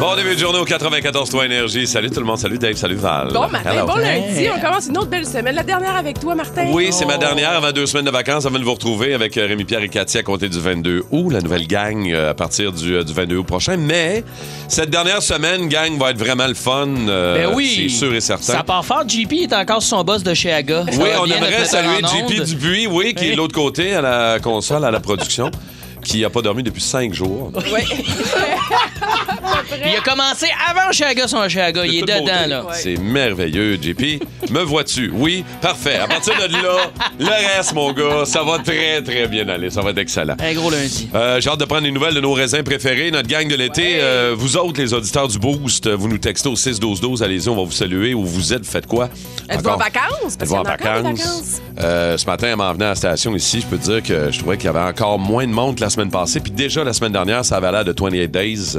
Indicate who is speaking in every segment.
Speaker 1: Bon début de journée au 94 3 Énergie. Salut tout le monde, salut Dave, salut Val.
Speaker 2: Bon matin,
Speaker 1: Hello.
Speaker 2: bon lundi. On commence une autre belle semaine. La dernière avec toi, Martin.
Speaker 1: Oui, c'est ma dernière avant deux semaines de vacances avant de vous retrouver avec euh, Rémi-Pierre et Cathy à compter du 22 août, la nouvelle gang euh, à partir du, euh, du 22 août prochain. Mais cette dernière semaine, gang, va être vraiment le fun. euh,
Speaker 3: Ben oui.
Speaker 1: C'est sûr et certain.
Speaker 3: Ça part fort. JP est encore sur son boss de chez Aga. Ça
Speaker 1: Oui,
Speaker 3: va
Speaker 1: on
Speaker 3: bien
Speaker 1: aimerait
Speaker 3: notre metteur
Speaker 1: saluer
Speaker 3: en
Speaker 1: JP
Speaker 3: onde.
Speaker 1: Dupuis, oui, qui est de l'autre côté à la console, à la production, qui n'a pas dormi depuis cinq jours.
Speaker 3: Il a commencé avant chez Aga son chez Aga.
Speaker 1: De
Speaker 3: Il est
Speaker 1: toute
Speaker 3: dedans,
Speaker 1: beauté.
Speaker 3: là.
Speaker 1: C'est merveilleux, JP. Me vois-tu? Oui, parfait. À partir de là, le reste, mon gars, ça va très, très bien aller. Ça va être excellent.
Speaker 3: Un gros lundi.
Speaker 1: Euh, J'ai hâte de prendre des nouvelles de nos raisins préférés, notre gang de l'été. Euh, vous autres, les auditeurs du Boost, euh, vous nous textez au 6-12-12. Allez-y, on va vous saluer. Où vous êtes, vous faites quoi?
Speaker 2: Êtes-vous en
Speaker 1: Encore.
Speaker 2: vacances? Parce
Speaker 1: Êtes-vous en
Speaker 2: qu'il y en a encore des
Speaker 1: vacances? Euh, ce matin, en m'en venant à la station ici, je peux te dire que je trouvais qu'il y avait encore moins de monde que la semaine passée. Puis déjà, la semaine dernière, ça avait l'air de 28 Days.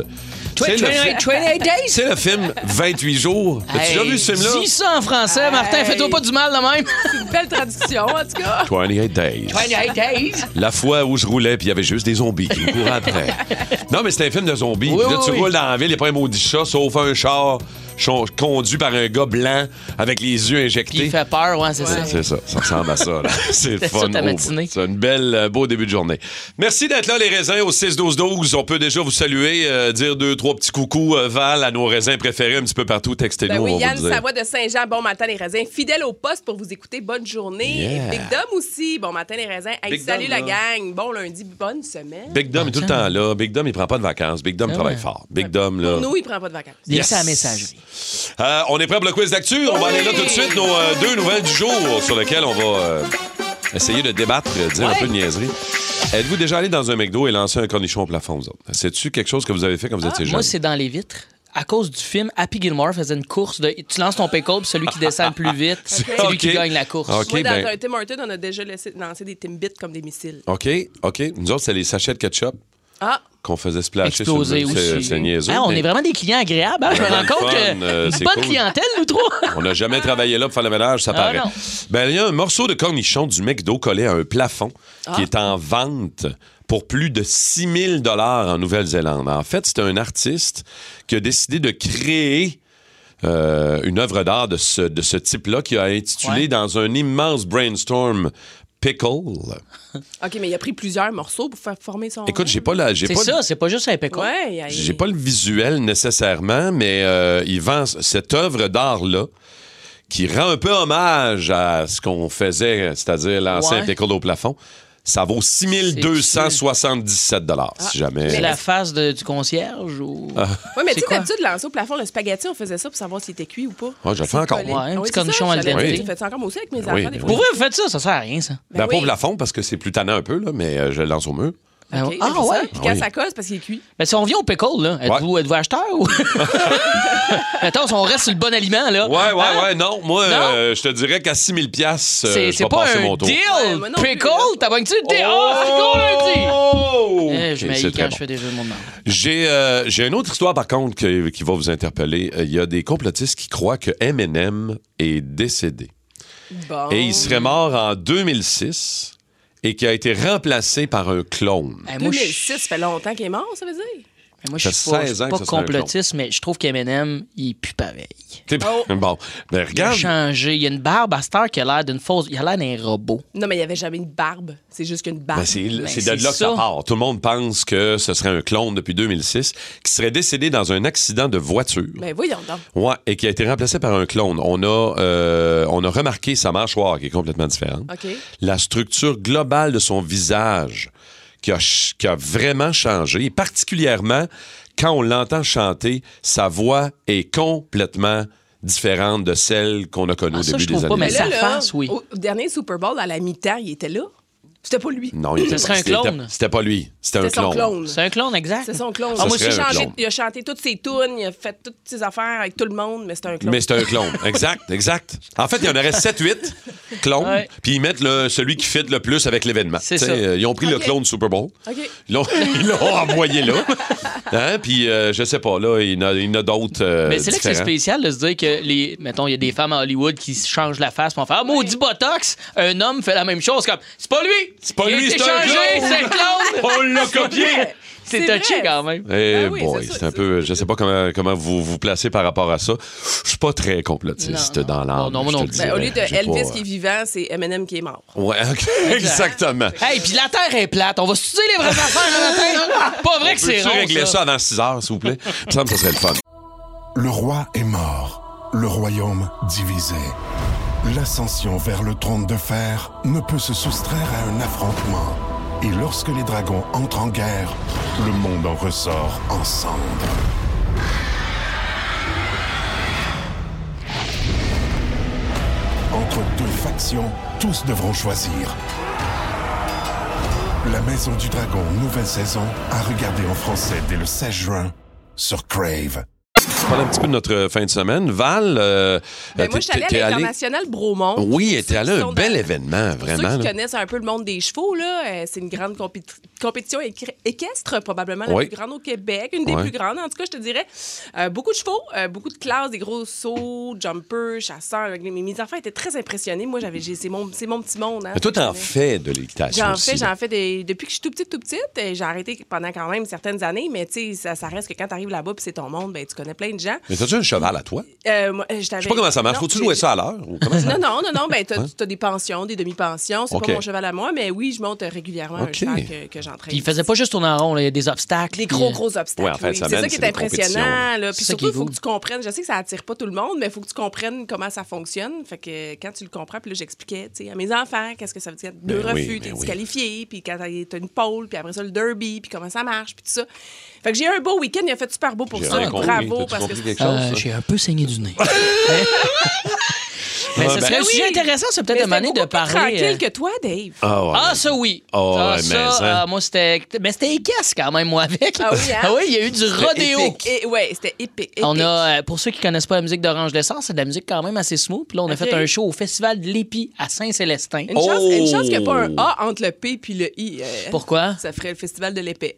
Speaker 1: C'est le,
Speaker 3: 28, 28 days.
Speaker 1: c'est le film 28 jours. As-tu déjà
Speaker 3: Hey,
Speaker 1: vu ce film-là?
Speaker 3: Dis ça en français, Martin. Fais-toi pas du mal, de même.
Speaker 2: Une Oh, belle traduction, en tout cas.
Speaker 1: 28 Days.
Speaker 3: 28 days.
Speaker 1: La fois où je roulais, puis il y avait juste des zombies qui me couraient après. Non, mais c'était un film de zombies. Puis là,
Speaker 3: oui,
Speaker 1: tu
Speaker 3: oui.
Speaker 1: roules dans la ville, il n'y a pas un maudit chat, sauf un char cho- conduit par un gars blanc avec les yeux injectés.
Speaker 3: Il fait peur, ouais, c'est ça.
Speaker 1: C'est ça, ça ressemble à ça. là. C'est le
Speaker 3: C'était
Speaker 1: fun.
Speaker 3: ça, ta
Speaker 1: au-
Speaker 3: matinée.
Speaker 1: C'est un bel, euh, beau début de journée. Merci d'être là, les raisins, au 6-12-12. On peut déjà vous saluer, euh, dire deux, trois petits coucous, euh, Val, à nos raisins préférés un petit peu partout. Textez-nous,
Speaker 2: Ben oui,
Speaker 1: on va
Speaker 2: Yann
Speaker 1: vous le dire.
Speaker 2: Savoie de Saint-Jean, bon matin les raisins. Fidèle au poste pour vous écouter, bonne journée.
Speaker 1: Yeah.
Speaker 2: Et Big Dom aussi, bon matin les raisins. Hey,
Speaker 1: Big
Speaker 2: salut
Speaker 1: Dom,
Speaker 2: la
Speaker 1: là.
Speaker 2: gang, bon lundi, bonne semaine.
Speaker 1: Big Dom est tout le temps là. Big Dom, il prend pas de vacances. Big
Speaker 3: Ah
Speaker 1: Dom travaille fort. Big Dom, là.
Speaker 2: Nous, il prend pas de vacances.
Speaker 3: Dis
Speaker 1: Yes.
Speaker 3: ça à la messagerie.
Speaker 1: Euh, on est prêt pour le quiz d'actu. On va aller là tout de suite, nos euh, deux nouvelles du jour sur lesquelles on va euh, essayer de débattre, euh, dire un peu de niaiserie. Êtes-vous déjà allé dans un McDo et lancer un cornichon au plafond, vous autres? C'est-tu quelque chose que vous avez fait quand vous étiez jeune?
Speaker 3: Ah, Moi, c'est dans les vitres. À cause du film, Happy Gilmore faisait une course de. Tu lances ton pickle, puis celui qui descend le plus vite, c'est
Speaker 1: Ok.
Speaker 3: lui qui gagne la course.
Speaker 1: Ok,
Speaker 2: Moi, dans
Speaker 1: ben-
Speaker 2: un Tim Hortons, on a déjà laissé- lancé des Timbits comme des missiles.
Speaker 1: OK, OK. Nous autres, c'est les sachets de ketchup
Speaker 2: Ah,
Speaker 1: qu'on faisait splasher
Speaker 3: Explosé
Speaker 1: sur le C'est-
Speaker 3: aussi.
Speaker 1: C'est niaiseux.
Speaker 3: Ah, on
Speaker 1: mais
Speaker 3: est vraiment des clients agréables. hein? Je me
Speaker 1: Vraiment
Speaker 3: rends
Speaker 1: le
Speaker 3: compte
Speaker 1: fun,
Speaker 3: que
Speaker 1: euh,
Speaker 3: une
Speaker 1: c'est
Speaker 3: bonne
Speaker 1: cool.
Speaker 3: clientèle, nous trois.
Speaker 1: On n'a jamais travaillé là pour faire le ménage, ça paraît.
Speaker 3: Ah non.
Speaker 1: Ben, il y a un morceau de cornichon du McDo collé à un plafond
Speaker 3: Ah.
Speaker 1: qui est en vente pour plus de 6000 dollars en Nouvelle-Zélande. En fait, c'est un artiste qui a décidé de créer euh, une œuvre d'art de ce, de ce type-là qui a intitulé
Speaker 3: Ouais.
Speaker 1: dans un immense brainstorm Pickle.
Speaker 3: Ah
Speaker 2: OK, mais il a pris plusieurs morceaux pour faire former son.
Speaker 1: Écoute, j'ai pas la, j'ai
Speaker 3: C'est
Speaker 1: pas
Speaker 3: ça, c'est pas juste un pickle.
Speaker 2: Ouais, il a-
Speaker 1: J'ai pas le visuel nécessairement, mais euh, il vend c- cette œuvre d'art-là qui rend un peu hommage à ce qu'on faisait, c'est-à-dire lancer
Speaker 3: Ouais.
Speaker 1: un pickle au plafond. Ça vaut 6277 dollars, si jamais.
Speaker 3: C'est la face de- du concierge ou.
Speaker 1: Ah.
Speaker 2: Oui, mais
Speaker 3: C'est
Speaker 2: tu sais,
Speaker 3: quoi?
Speaker 2: d'habitude, lancer au plafond le spaghetti, on faisait ça pour savoir s'il était cuit ou pas.
Speaker 1: Ouais, je le fais encore.
Speaker 2: Collé.
Speaker 3: Ouais, un
Speaker 2: Ah
Speaker 3: petit
Speaker 2: c'est ça,
Speaker 3: cornichon al
Speaker 2: j'allais dire,
Speaker 1: dente.
Speaker 2: Je le fais encore moi aussi avec mes
Speaker 1: Oui,
Speaker 2: enfants. des
Speaker 1: mais
Speaker 2: fois.
Speaker 3: Pour vrai, vous faites ça, ça sert à rien, ça.
Speaker 2: Ben
Speaker 1: la
Speaker 2: oui.
Speaker 1: pauvre plafond, parce que c'est plus tannant un peu, là, mais euh, je le lance au mur.
Speaker 3: Ben,
Speaker 2: OK,
Speaker 3: ah
Speaker 2: c'est ça.
Speaker 3: ouais?
Speaker 2: Puis quand
Speaker 1: Oui.
Speaker 2: ça colle, c'est parce qu'il est cuit.
Speaker 3: Ben, si on vient au pickle, là, êtes-vous êtes-vous acheteur ou. Attends, si on reste sur le bon aliment, là.
Speaker 1: Ouais, ouais,
Speaker 3: hein?
Speaker 1: ouais, Ah! non. Moi,
Speaker 3: Non?
Speaker 1: euh, je te dirais qu'à 6000 pièces,
Speaker 3: C'est
Speaker 1: euh, je
Speaker 3: c'est
Speaker 1: vais
Speaker 3: pas
Speaker 1: passer
Speaker 3: un
Speaker 1: mon tour.
Speaker 3: deal!
Speaker 2: Ouais, moi non plus,
Speaker 3: pickle,
Speaker 2: là.
Speaker 3: t'abonnes-tu le deal? Oh! lundi!
Speaker 1: Oh!
Speaker 3: Eh, je
Speaker 1: Ok,
Speaker 3: m'haïs
Speaker 1: c'est très
Speaker 3: quand
Speaker 1: bon.
Speaker 3: je fais des jeux de monde.
Speaker 1: J'ai euh, j'ai une autre histoire, par contre, que- qui va vous interpeller. Euh, Il y a des complotistes qui croient que Eminem est décédé.
Speaker 2: Bon.
Speaker 1: Et il serait mort en 2006 et qui a été remplacé par un clone.
Speaker 3: Eh, moi, je
Speaker 2: 2006, ça fait longtemps qu'il est mort, ça veut dire?
Speaker 3: eh, moi, je
Speaker 1: Ça
Speaker 3: suis
Speaker 1: fait
Speaker 3: pas, je
Speaker 1: 16 ans
Speaker 3: suis
Speaker 1: que
Speaker 3: pas
Speaker 1: ça serait un
Speaker 3: complotiste, mais je trouve qu'Eminem, il pue pareil.
Speaker 1: T'es- Bon, ben
Speaker 3: Il a
Speaker 1: regarde.
Speaker 3: changé. Il y a une barbe à cette heure qui a l'air d'une fausse. Il a l'air d'un robot.
Speaker 2: Non, mais il n'y avait jamais une barbe. C'est juste qu'une barbe.
Speaker 1: ben, c'est c'est
Speaker 3: c'est
Speaker 1: de là que ça
Speaker 3: ça.
Speaker 1: part. Tout le monde pense que ce serait un clone depuis 2006 qui serait décédé dans un accident de voiture.
Speaker 2: Ben voyons donc.
Speaker 1: Ouais, et qui a été remplacé par un clone. On a, euh, on a remarqué sa mâchoire qui est complètement différente.
Speaker 2: OK.
Speaker 1: la structure globale de son visage qui a, ch- qui a vraiment changé, et particulièrement quand on l'entend chanter, sa voix est complètement différente de celle qu'on a connue
Speaker 3: Ah,
Speaker 1: au
Speaker 3: ça,
Speaker 1: début
Speaker 3: je
Speaker 1: des
Speaker 3: trouve pas,
Speaker 1: années.
Speaker 3: mais ça- sa face, oui.
Speaker 2: Au dernier Super Bowl, à la mi-temps, il était là. C'était pas lui.
Speaker 1: Non, il était
Speaker 3: Ce
Speaker 1: pas-
Speaker 3: serait un
Speaker 1: c'était-
Speaker 3: clone.
Speaker 1: C'était pas lui. C'était un
Speaker 2: C'était son
Speaker 1: clone.
Speaker 2: clone.
Speaker 3: C'est un clone, exact.
Speaker 2: C'est son clone.
Speaker 1: Ça
Speaker 2: Ah, moi,
Speaker 1: serait
Speaker 2: j'ai
Speaker 1: un
Speaker 2: chanté-
Speaker 1: clone.
Speaker 2: il a chanté toutes ses tunes, il a fait toutes ses affaires avec tout le monde, mais c'est un clone.
Speaker 1: Mais c'est un clone. Exact, exact. En fait, il y en aurait 7-8 clones,
Speaker 3: Ouais.
Speaker 1: puis ils mettent le, celui qui fit le plus avec l'événement.
Speaker 3: C'est
Speaker 1: Tu sais,
Speaker 3: ça.
Speaker 1: euh, ils ont pris le
Speaker 2: Ok.
Speaker 1: clone Super Bowl.
Speaker 2: OK.
Speaker 1: Ils l'ont ils l'ont envoyé là. Hein? Puis, euh, je sais pas, là, il y en a, il y en a d'autres. euh,
Speaker 3: Mais c'est là que c'est
Speaker 1: différents.
Speaker 3: spécial de se dire que, les, mettons, il y a des femmes à Hollywood qui se changent la face pour en faire Ah, maudit Botox, un homme fait la même chose. comme C'est pas lui
Speaker 1: C'est pas
Speaker 3: Il a
Speaker 1: lui,
Speaker 3: été
Speaker 1: c'est un
Speaker 3: changé,
Speaker 1: clone.
Speaker 3: c'est le clone
Speaker 1: On l'a copié!
Speaker 3: C'est
Speaker 2: C'est
Speaker 3: touché
Speaker 2: vrai.
Speaker 3: quand même.
Speaker 1: Eh
Speaker 2: Ah oui,
Speaker 1: boy,
Speaker 2: c'est ça,
Speaker 1: c'est un
Speaker 2: c'est-
Speaker 1: peu. Je sais pas comment, comment vous vous placez par rapport à ça. Je suis pas très complotiste
Speaker 3: Non, non.
Speaker 1: dans l'âme.
Speaker 3: Non, non, moi
Speaker 1: je te
Speaker 3: non
Speaker 1: le
Speaker 3: plus.
Speaker 2: Ben, au
Speaker 1: dirais.
Speaker 2: lieu de
Speaker 1: J'ai pas,
Speaker 2: Elvis
Speaker 1: euh,
Speaker 2: qui est vivant, c'est Eminem qui est mort.
Speaker 1: Ouais, ok, exactement.
Speaker 3: Hey, puis la Terre est plate. On va se tuer les vraies affaires le matin. Pas vrai que c'est
Speaker 1: Peux-tu
Speaker 3: rond,
Speaker 1: régler
Speaker 3: ça.
Speaker 1: ça avant 6 heures, s'il vous plaît? Il me semble que ça serait le fun.
Speaker 4: Le roi est mort, le royaume divisé. L'ascension vers le trône de fer ne peut se soustraire à un affrontement. Et lorsque les dragons entrent en guerre, le monde en ressort ensemble. Entre deux factions, tous devront choisir. La Maison du Dragon, nouvelle saison, à regarder en français dès le 16 juin sur Crave.
Speaker 1: Parle un petit peu de notre euh, fin de semaine. Val, euh,
Speaker 2: Ben,
Speaker 1: t'es-
Speaker 2: moi, je suis
Speaker 1: t'es
Speaker 2: allée à l'international Bromont.
Speaker 1: Oui, elle
Speaker 2: Ceux
Speaker 1: était allée à
Speaker 2: qui
Speaker 1: un
Speaker 2: sont
Speaker 1: bel
Speaker 2: dans-
Speaker 1: événement,
Speaker 2: Pour
Speaker 1: vraiment.
Speaker 2: Ceux qui
Speaker 1: là.
Speaker 2: connaissent un peu le monde des chevaux, là, euh, c'est une grande compé- compétition écr- équestre, probablement la
Speaker 1: Oui.
Speaker 2: plus grande au Québec, une des
Speaker 1: Ouais.
Speaker 2: plus grandes. En tout cas, je te dirais, euh, beaucoup de chevaux, euh, beaucoup de classes, des gros sauts, jumpers, chasseurs. Mais mes enfants étaient très impressionnés. Moi, j'avais, j'ai- c'est mon, c'est mon petit monde. hein.
Speaker 1: Mais toi, t'en
Speaker 2: Je connais.
Speaker 1: fais de l'équitation.
Speaker 2: J'en
Speaker 1: aussi,
Speaker 2: fais,
Speaker 1: là.
Speaker 2: j'en fais des- depuis que je suis tout petite, tout petite. Euh, J'ai arrêté pendant quand même certaines années, mais tu sais, ça, ça reste que quand t'arrives là-bas puis c'est ton monde, ben tu connais plein de gens.
Speaker 1: Mais t'as-tu un cheval à toi? Je
Speaker 2: Euh, moi, je t'avais-
Speaker 1: sais pas comment ça marche.
Speaker 2: Non,
Speaker 1: Faut-tu
Speaker 2: j'ai-
Speaker 1: jouer ça à l'heure? ou comment ça-
Speaker 2: non, non, non, non. Ben, t'as t'as des pensions, des demi-pensions. C'est
Speaker 1: OK.
Speaker 2: pas mon cheval à moi, mais oui, je monte régulièrement
Speaker 1: OK.
Speaker 2: un cheval que, que j'entraîne.
Speaker 3: Puis il faisait pas juste tourner en rond, là, il y a des obstacles.
Speaker 2: des
Speaker 3: puis,
Speaker 2: gros,
Speaker 3: euh,
Speaker 2: gros obstacles.
Speaker 1: Ouais, en fin de
Speaker 2: oui. C'est
Speaker 1: semaine,
Speaker 2: ça
Speaker 1: c'est
Speaker 2: qui est
Speaker 1: des compétitions,
Speaker 2: impressionnant. là. Puis
Speaker 3: C'est ça qui
Speaker 2: surtout,
Speaker 3: est
Speaker 2: il faut
Speaker 3: cool.
Speaker 2: que tu comprennes. Je sais que ça attire pas tout le monde, mais il faut que tu comprennes comment ça fonctionne. Fait que quand tu le comprends, puis là, j'expliquais tu sais, à mes enfants qu'est-ce que ça veut dire. Deux
Speaker 1: Ben oui,
Speaker 2: refus, t'es
Speaker 1: ben oui.
Speaker 2: disqualifié, puis quand t'as une pole, puis après ça, le derby, puis comment ça marche, puis tout ça. Fait que j'ai eu un beau week-end. Il a fait super beau pour
Speaker 1: J'ai
Speaker 2: ça.
Speaker 1: rien compris.
Speaker 2: Bravo.
Speaker 1: T'as-tu
Speaker 2: Parce que
Speaker 1: compris quelque chose?
Speaker 3: Euh,
Speaker 1: ça?
Speaker 3: J'ai un peu saigné du nez. Hein?
Speaker 1: Ah,
Speaker 3: Mais ce serait
Speaker 2: Ben
Speaker 3: aussi
Speaker 2: oui.
Speaker 3: intéressant, c'est peut-être
Speaker 2: Mais
Speaker 3: une manière
Speaker 2: c'était
Speaker 3: de
Speaker 2: beaucoup plus
Speaker 3: parler. euh,
Speaker 2: tranquille que toi, Dave.
Speaker 1: Ah, ouais.
Speaker 3: Ah, ça oui.
Speaker 1: Ah,
Speaker 3: Ah,
Speaker 1: ouais,
Speaker 3: ça,
Speaker 1: mais ça.
Speaker 3: euh, moi, c'était. Mais c'était équestre quand même, moi, avec.
Speaker 2: Ah oui, hein?
Speaker 3: il y a eu du rodéo.
Speaker 1: épique.
Speaker 2: Et, ouais, c'était épique.
Speaker 3: On
Speaker 2: épique.
Speaker 3: a, euh, pour ceux qui connaissent pas la musique d'Orange Lessard, c'est de la musique quand même assez smooth. Puis là, on a
Speaker 2: Ok.
Speaker 3: fait un show au Festival de l'Épi à Saint-Célestin.
Speaker 2: Une chance, une chance qu'il n'y a pas un
Speaker 1: Oh!
Speaker 2: A entre le P puis le I. euh,
Speaker 3: Pourquoi?
Speaker 2: Ça ferait le festival de l'épée.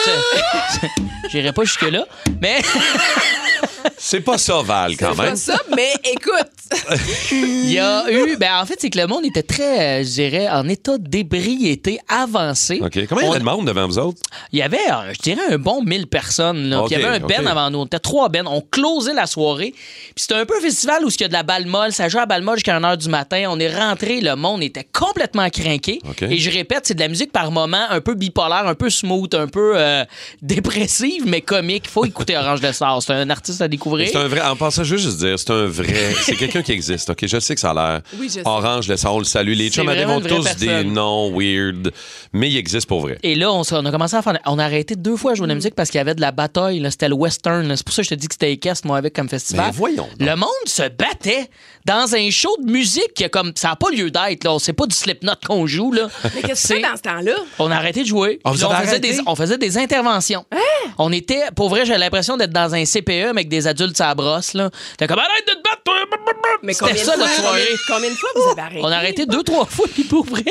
Speaker 3: J'irai pas jusque-là. Mais
Speaker 1: C'est pas ça, Val, quand
Speaker 2: C'est
Speaker 1: même.
Speaker 2: pas ça, mais écoute.
Speaker 3: il y a eu. Ben, en fait, c'est que le monde était très, euh, je dirais, en état d'ébriété avancé.
Speaker 1: OK. Comment il y
Speaker 3: On-
Speaker 1: avait de monde devant vous autres?
Speaker 3: Il y avait, euh, je dirais, un bon 1000 personnes. Là. Puis il y
Speaker 1: Ok,
Speaker 3: avait un
Speaker 1: ok.
Speaker 3: ben avant nous. On était trois bennes. On closait la soirée. Puis c'était un peu un festival où il y a de la balle molle. Ça joue à la balle molle jusqu'à 1h du matin. On est rentré. Le monde était complètement craqué.
Speaker 1: Ok.
Speaker 3: Et je répète, c'est de la musique par moment un peu bipolaire, un peu smooth, un peu euh, dépressive, mais comique. faut écouter Orange Lessard. C'est un artiste à découvrir.
Speaker 1: C'est un vrai. En passant, je veux juste dire, c'est un vrai. C'est quelqu'un qui existe. OK, je sais que ça a l'air.
Speaker 2: Oui, je sais.
Speaker 1: Orange, le on le salue. Les
Speaker 3: C'est
Speaker 1: chums à Dave
Speaker 3: vraiment
Speaker 1: ont
Speaker 3: une vraie
Speaker 1: tous des
Speaker 3: personne.
Speaker 1: noms weird, mais il existe pour vrai.
Speaker 3: Et là, on, s'est- on a commencé à faire. On a arrêté deux fois à jouer de la
Speaker 1: Mm.
Speaker 3: musique parce qu'il y avait de la bataille. là. C'était le western. là. C'est pour ça que je te dis que c'était équestre, moi, avec comme festival.
Speaker 1: Mais voyons donc.
Speaker 3: Le monde se battait dans un show de musique qui a comme. Ça n'a pas lieu d'être, là. C'est pas du slipknot qu'on joue, là.
Speaker 2: Mais qu'est-ce que tu
Speaker 3: C'est-
Speaker 2: fais dans ce temps-là?
Speaker 3: On a arrêté de jouer.
Speaker 1: Ah, vous
Speaker 3: Puis là, on,
Speaker 1: avez
Speaker 3: faisait
Speaker 1: arrêté? Hein?
Speaker 3: des, on faisait des interventions. On était, pour vrai, j'avais l'impression d'être dans un CPE, mais avec des adultes à la brosse. là. T'es comme arrête de te battre, toi!
Speaker 2: Mais
Speaker 3: C'était
Speaker 2: combien,
Speaker 3: ça,
Speaker 2: de fois,
Speaker 3: notre soirée.
Speaker 2: combien, combien de fois vous avez arrêté?
Speaker 3: On a arrêté deux, trois fois, puis pour vrai,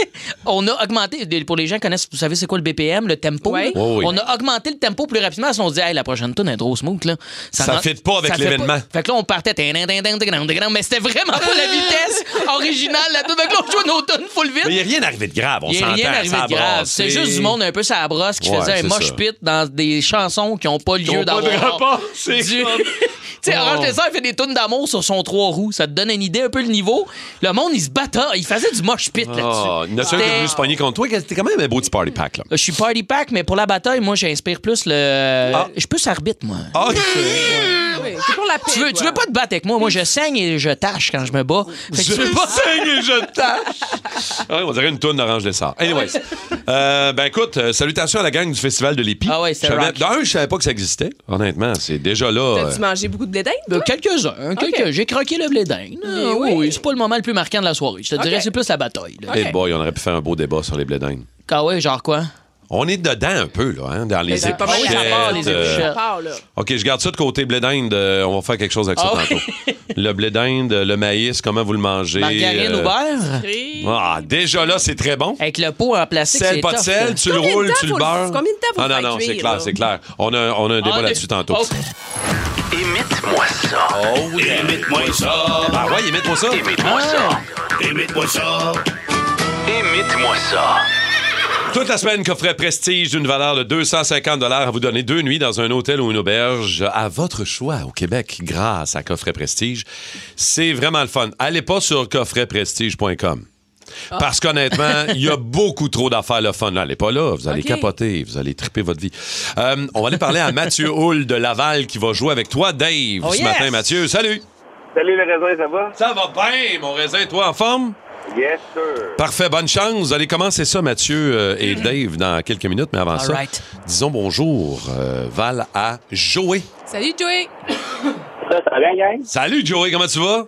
Speaker 3: on a augmenté. Pour les gens qui connaissent, vous savez c'est quoi le BPM, le tempo?
Speaker 2: Ouais.
Speaker 3: là?
Speaker 1: Ouais, ouais.
Speaker 3: On a augmenté le tempo plus rapidement. Parce qu'on se dit, hey, la prochaine tune est trop smooth, là.
Speaker 1: Ça
Speaker 3: rentre-
Speaker 1: fit pas avec
Speaker 3: ça fait
Speaker 1: l'événement.
Speaker 3: Fait que là, on partait. tin, tin, tin, tin, tin, tin, Mais c'était vraiment pas la vitesse originale, la tune. Fait que là, on jouait nos tunes full vite.
Speaker 1: Mais il n'y a rien arrivé de grave, on
Speaker 3: Il y a
Speaker 1: s'entend.
Speaker 3: rien arrivé
Speaker 1: ça a
Speaker 3: de grave.
Speaker 1: brassé.
Speaker 3: C'est juste du monde un peu sur la brosse qui
Speaker 1: Ouais,
Speaker 3: faisait un
Speaker 1: c'est
Speaker 3: mosh
Speaker 1: ça.
Speaker 3: pit dans des chansons qui n'ont pas
Speaker 1: Ils ont
Speaker 3: lieu
Speaker 1: pas
Speaker 3: d'avoir.
Speaker 1: de rapport, c'est
Speaker 3: Du-
Speaker 1: comme-
Speaker 3: Tu sais, Orange
Speaker 1: Oh.
Speaker 3: Dessert fait des tunes d'amour sur son trois roues. Ça te donne une idée un peu le niveau. Le monde, il se battait. Il faisait du mosh pit
Speaker 1: Ah, il
Speaker 3: là-dessus.
Speaker 1: y en a un qui est
Speaker 3: C'était-
Speaker 1: venu se pogner contre toi. C'était quand même un beau petit party pack, là.
Speaker 3: Je suis party pack, mais pour la bataille, moi, j'inspire plus le.
Speaker 1: Ah.
Speaker 3: Je suis plus arbitre, moi.
Speaker 1: Ah,
Speaker 2: Oui, c'est pour la la paix,
Speaker 3: tu veux, tu
Speaker 2: toi.
Speaker 3: veux pas te battre avec moi. Moi, je saigne et je tâche quand je me bats. Fait que
Speaker 1: Je
Speaker 3: tu veux pas-
Speaker 1: saigne et je tâche. Ah Ouais, on dirait une toune d'Orange Lessard. Anyways. Euh, ben écoute, euh, salutations à la gang du Festival de l'Épi.
Speaker 3: Ah ouais, c'est
Speaker 1: Je savais-
Speaker 3: rock.
Speaker 1: D'un, je savais pas que ça existait. Honnêtement, c'est déjà là. euh,
Speaker 2: T'as-tu mangé beaucoup de blé d'Inde?
Speaker 3: Euh,
Speaker 2: toi?
Speaker 3: Quelques-uns, quelques- J'ai croqué le blé d'Inde. Euh,
Speaker 2: oui.
Speaker 3: oui, oui, c'est pas le moment le plus marquant de la soirée. Je te dirais, c'est plus la bataille. là.
Speaker 1: Eh boy, on aurait pu faire un beau débat sur les blés d'Inde.
Speaker 3: Ah ouais, genre quoi?
Speaker 1: On est dedans un peu, là, hein, dans les
Speaker 2: C'est Ben, pas mal, ça
Speaker 1: épichettes,
Speaker 2: part, les
Speaker 3: euh,
Speaker 2: épichettes. Ça part, là.
Speaker 1: OK, je garde ça de côté blé d'Inde. euh, on va faire quelque chose avec ça
Speaker 3: Ah oui.
Speaker 1: tantôt. Le blé d'Inde, le maïs, comment vous le mangez?
Speaker 3: Margarine
Speaker 1: euh,
Speaker 3: Aubert?
Speaker 1: Ah, déjà là, c'est très bon.
Speaker 3: Avec le pot en plastique, c'est
Speaker 1: Sel, pas de
Speaker 3: tough, là.
Speaker 1: sel, tu le
Speaker 2: Combien de
Speaker 1: roules,
Speaker 2: temps
Speaker 1: tu le
Speaker 2: faut le-
Speaker 1: beurres.
Speaker 2: combien de temps faut
Speaker 1: Ah non,
Speaker 2: le faire
Speaker 1: non, c'est
Speaker 2: cuire,
Speaker 1: clair,
Speaker 2: là?
Speaker 1: c'est clair. On a, on a un débat
Speaker 3: Ah,
Speaker 1: là-dessus
Speaker 3: le-
Speaker 1: tantôt.
Speaker 3: Oh.
Speaker 5: Imite-moi ça.
Speaker 1: Oh oui.
Speaker 5: Imite-moi
Speaker 3: oh.
Speaker 5: ça.
Speaker 1: Ah ouais, émette-moi ça.
Speaker 5: Imite-moi ça.
Speaker 6: Ah.
Speaker 5: Imite-moi ça. Imite-moi ça.
Speaker 1: Toute la semaine, coffret prestige d'une valeur de 250 à vous donner deux nuits dans un hôtel ou une auberge à votre choix au Québec grâce à coffret prestige. C'est vraiment le fun. Allez pas sur coffretprestige.com.
Speaker 2: Ah.
Speaker 1: Parce qu'honnêtement, il y a beaucoup trop d'affaires le fun. N'allez pas là, vous allez
Speaker 2: Ok.
Speaker 1: capoter, vous allez triper votre vie. Euh, on va aller parler à Mathieu Hull de Laval qui va jouer avec toi, Dave,
Speaker 3: Oh,
Speaker 1: ce
Speaker 3: yes!
Speaker 1: matin. Mathieu, salut!
Speaker 6: Salut les raisins, ça va?
Speaker 1: Ça va bien, mon raisin, toi en forme?
Speaker 6: Yes, sir.
Speaker 1: Parfait, bonne chance. Vous allez commencer ça, Mathieu euh,
Speaker 2: Mm-hmm.
Speaker 1: et Dave, dans quelques minutes, mais avant
Speaker 3: All
Speaker 1: ça,
Speaker 3: right.
Speaker 1: disons bonjour, euh, Val, à Joey.
Speaker 2: Salut, Joey.
Speaker 6: Ça, ça va bien, gang?
Speaker 1: Salut, Joey, comment tu vas?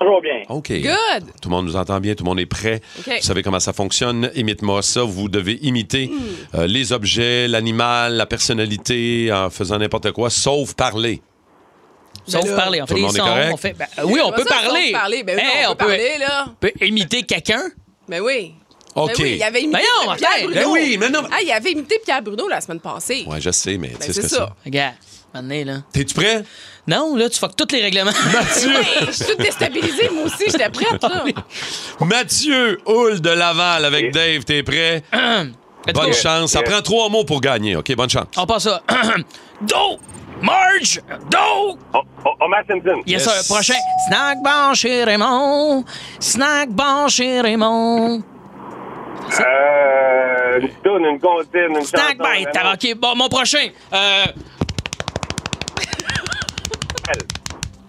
Speaker 6: Toujours bien.
Speaker 1: OK.
Speaker 2: Good.
Speaker 1: Tout le monde nous entend bien, tout le monde est prêt.
Speaker 2: OK.
Speaker 1: Vous savez comment ça fonctionne. Imite-moi ça. Vous devez imiter
Speaker 2: Mm.
Speaker 1: euh, les objets, l'animal, la personnalité, en faisant n'importe quoi, sauf parler.
Speaker 3: Sauf parler. On
Speaker 1: Tout
Speaker 3: fait
Speaker 1: le
Speaker 3: des
Speaker 1: monde est
Speaker 3: sons.
Speaker 1: correct?
Speaker 3: On fait, ben, euh, oui, on
Speaker 2: Comment
Speaker 3: peut
Speaker 2: ça,
Speaker 3: parler.
Speaker 2: On peut parler. Ben oui,
Speaker 3: Hey,
Speaker 2: on, peut parler, là.
Speaker 3: on peut imiter quelqu'un.
Speaker 2: Ben oui.
Speaker 1: OK.
Speaker 2: Ben oui, il avait imité
Speaker 3: Ben non,
Speaker 2: Pierre
Speaker 3: Martin.
Speaker 2: Bruno.
Speaker 1: Ben oui, mais non.
Speaker 2: Ah, il avait imité Pierre Bruno la semaine passée.
Speaker 1: Ouais, je sais, mais tu sais
Speaker 2: ben
Speaker 1: ce
Speaker 2: c'est
Speaker 1: que
Speaker 2: ça.
Speaker 1: ça.
Speaker 3: Regarde, maintenant, là.
Speaker 1: T'es-tu prêt?
Speaker 3: Non, là, tu fuck tous les règlements.
Speaker 1: Mathieu,
Speaker 2: Hey, je suis toute déstabilisée, moi aussi, j'étais prête, là.
Speaker 1: Mathieu Hull de Laval avec Dave, t'es prêt?
Speaker 3: Let's
Speaker 1: Bonne
Speaker 3: go.
Speaker 1: chance. Ça prend trois mots pour gagner. OK, bonne chance.
Speaker 3: On passe ça. Do! Marge! Do!
Speaker 6: Homer Oh, Simpson.
Speaker 3: Yes,
Speaker 1: Yes.
Speaker 3: sir. Prochain. Snack bon chez Raymond. Snack bon chez Raymond.
Speaker 6: Euh, une toune, une comptine, une
Speaker 3: Snack
Speaker 6: chanson,
Speaker 3: bite.
Speaker 6: un
Speaker 3: OK, bon, mon prochain. Euh,
Speaker 6: hôtel,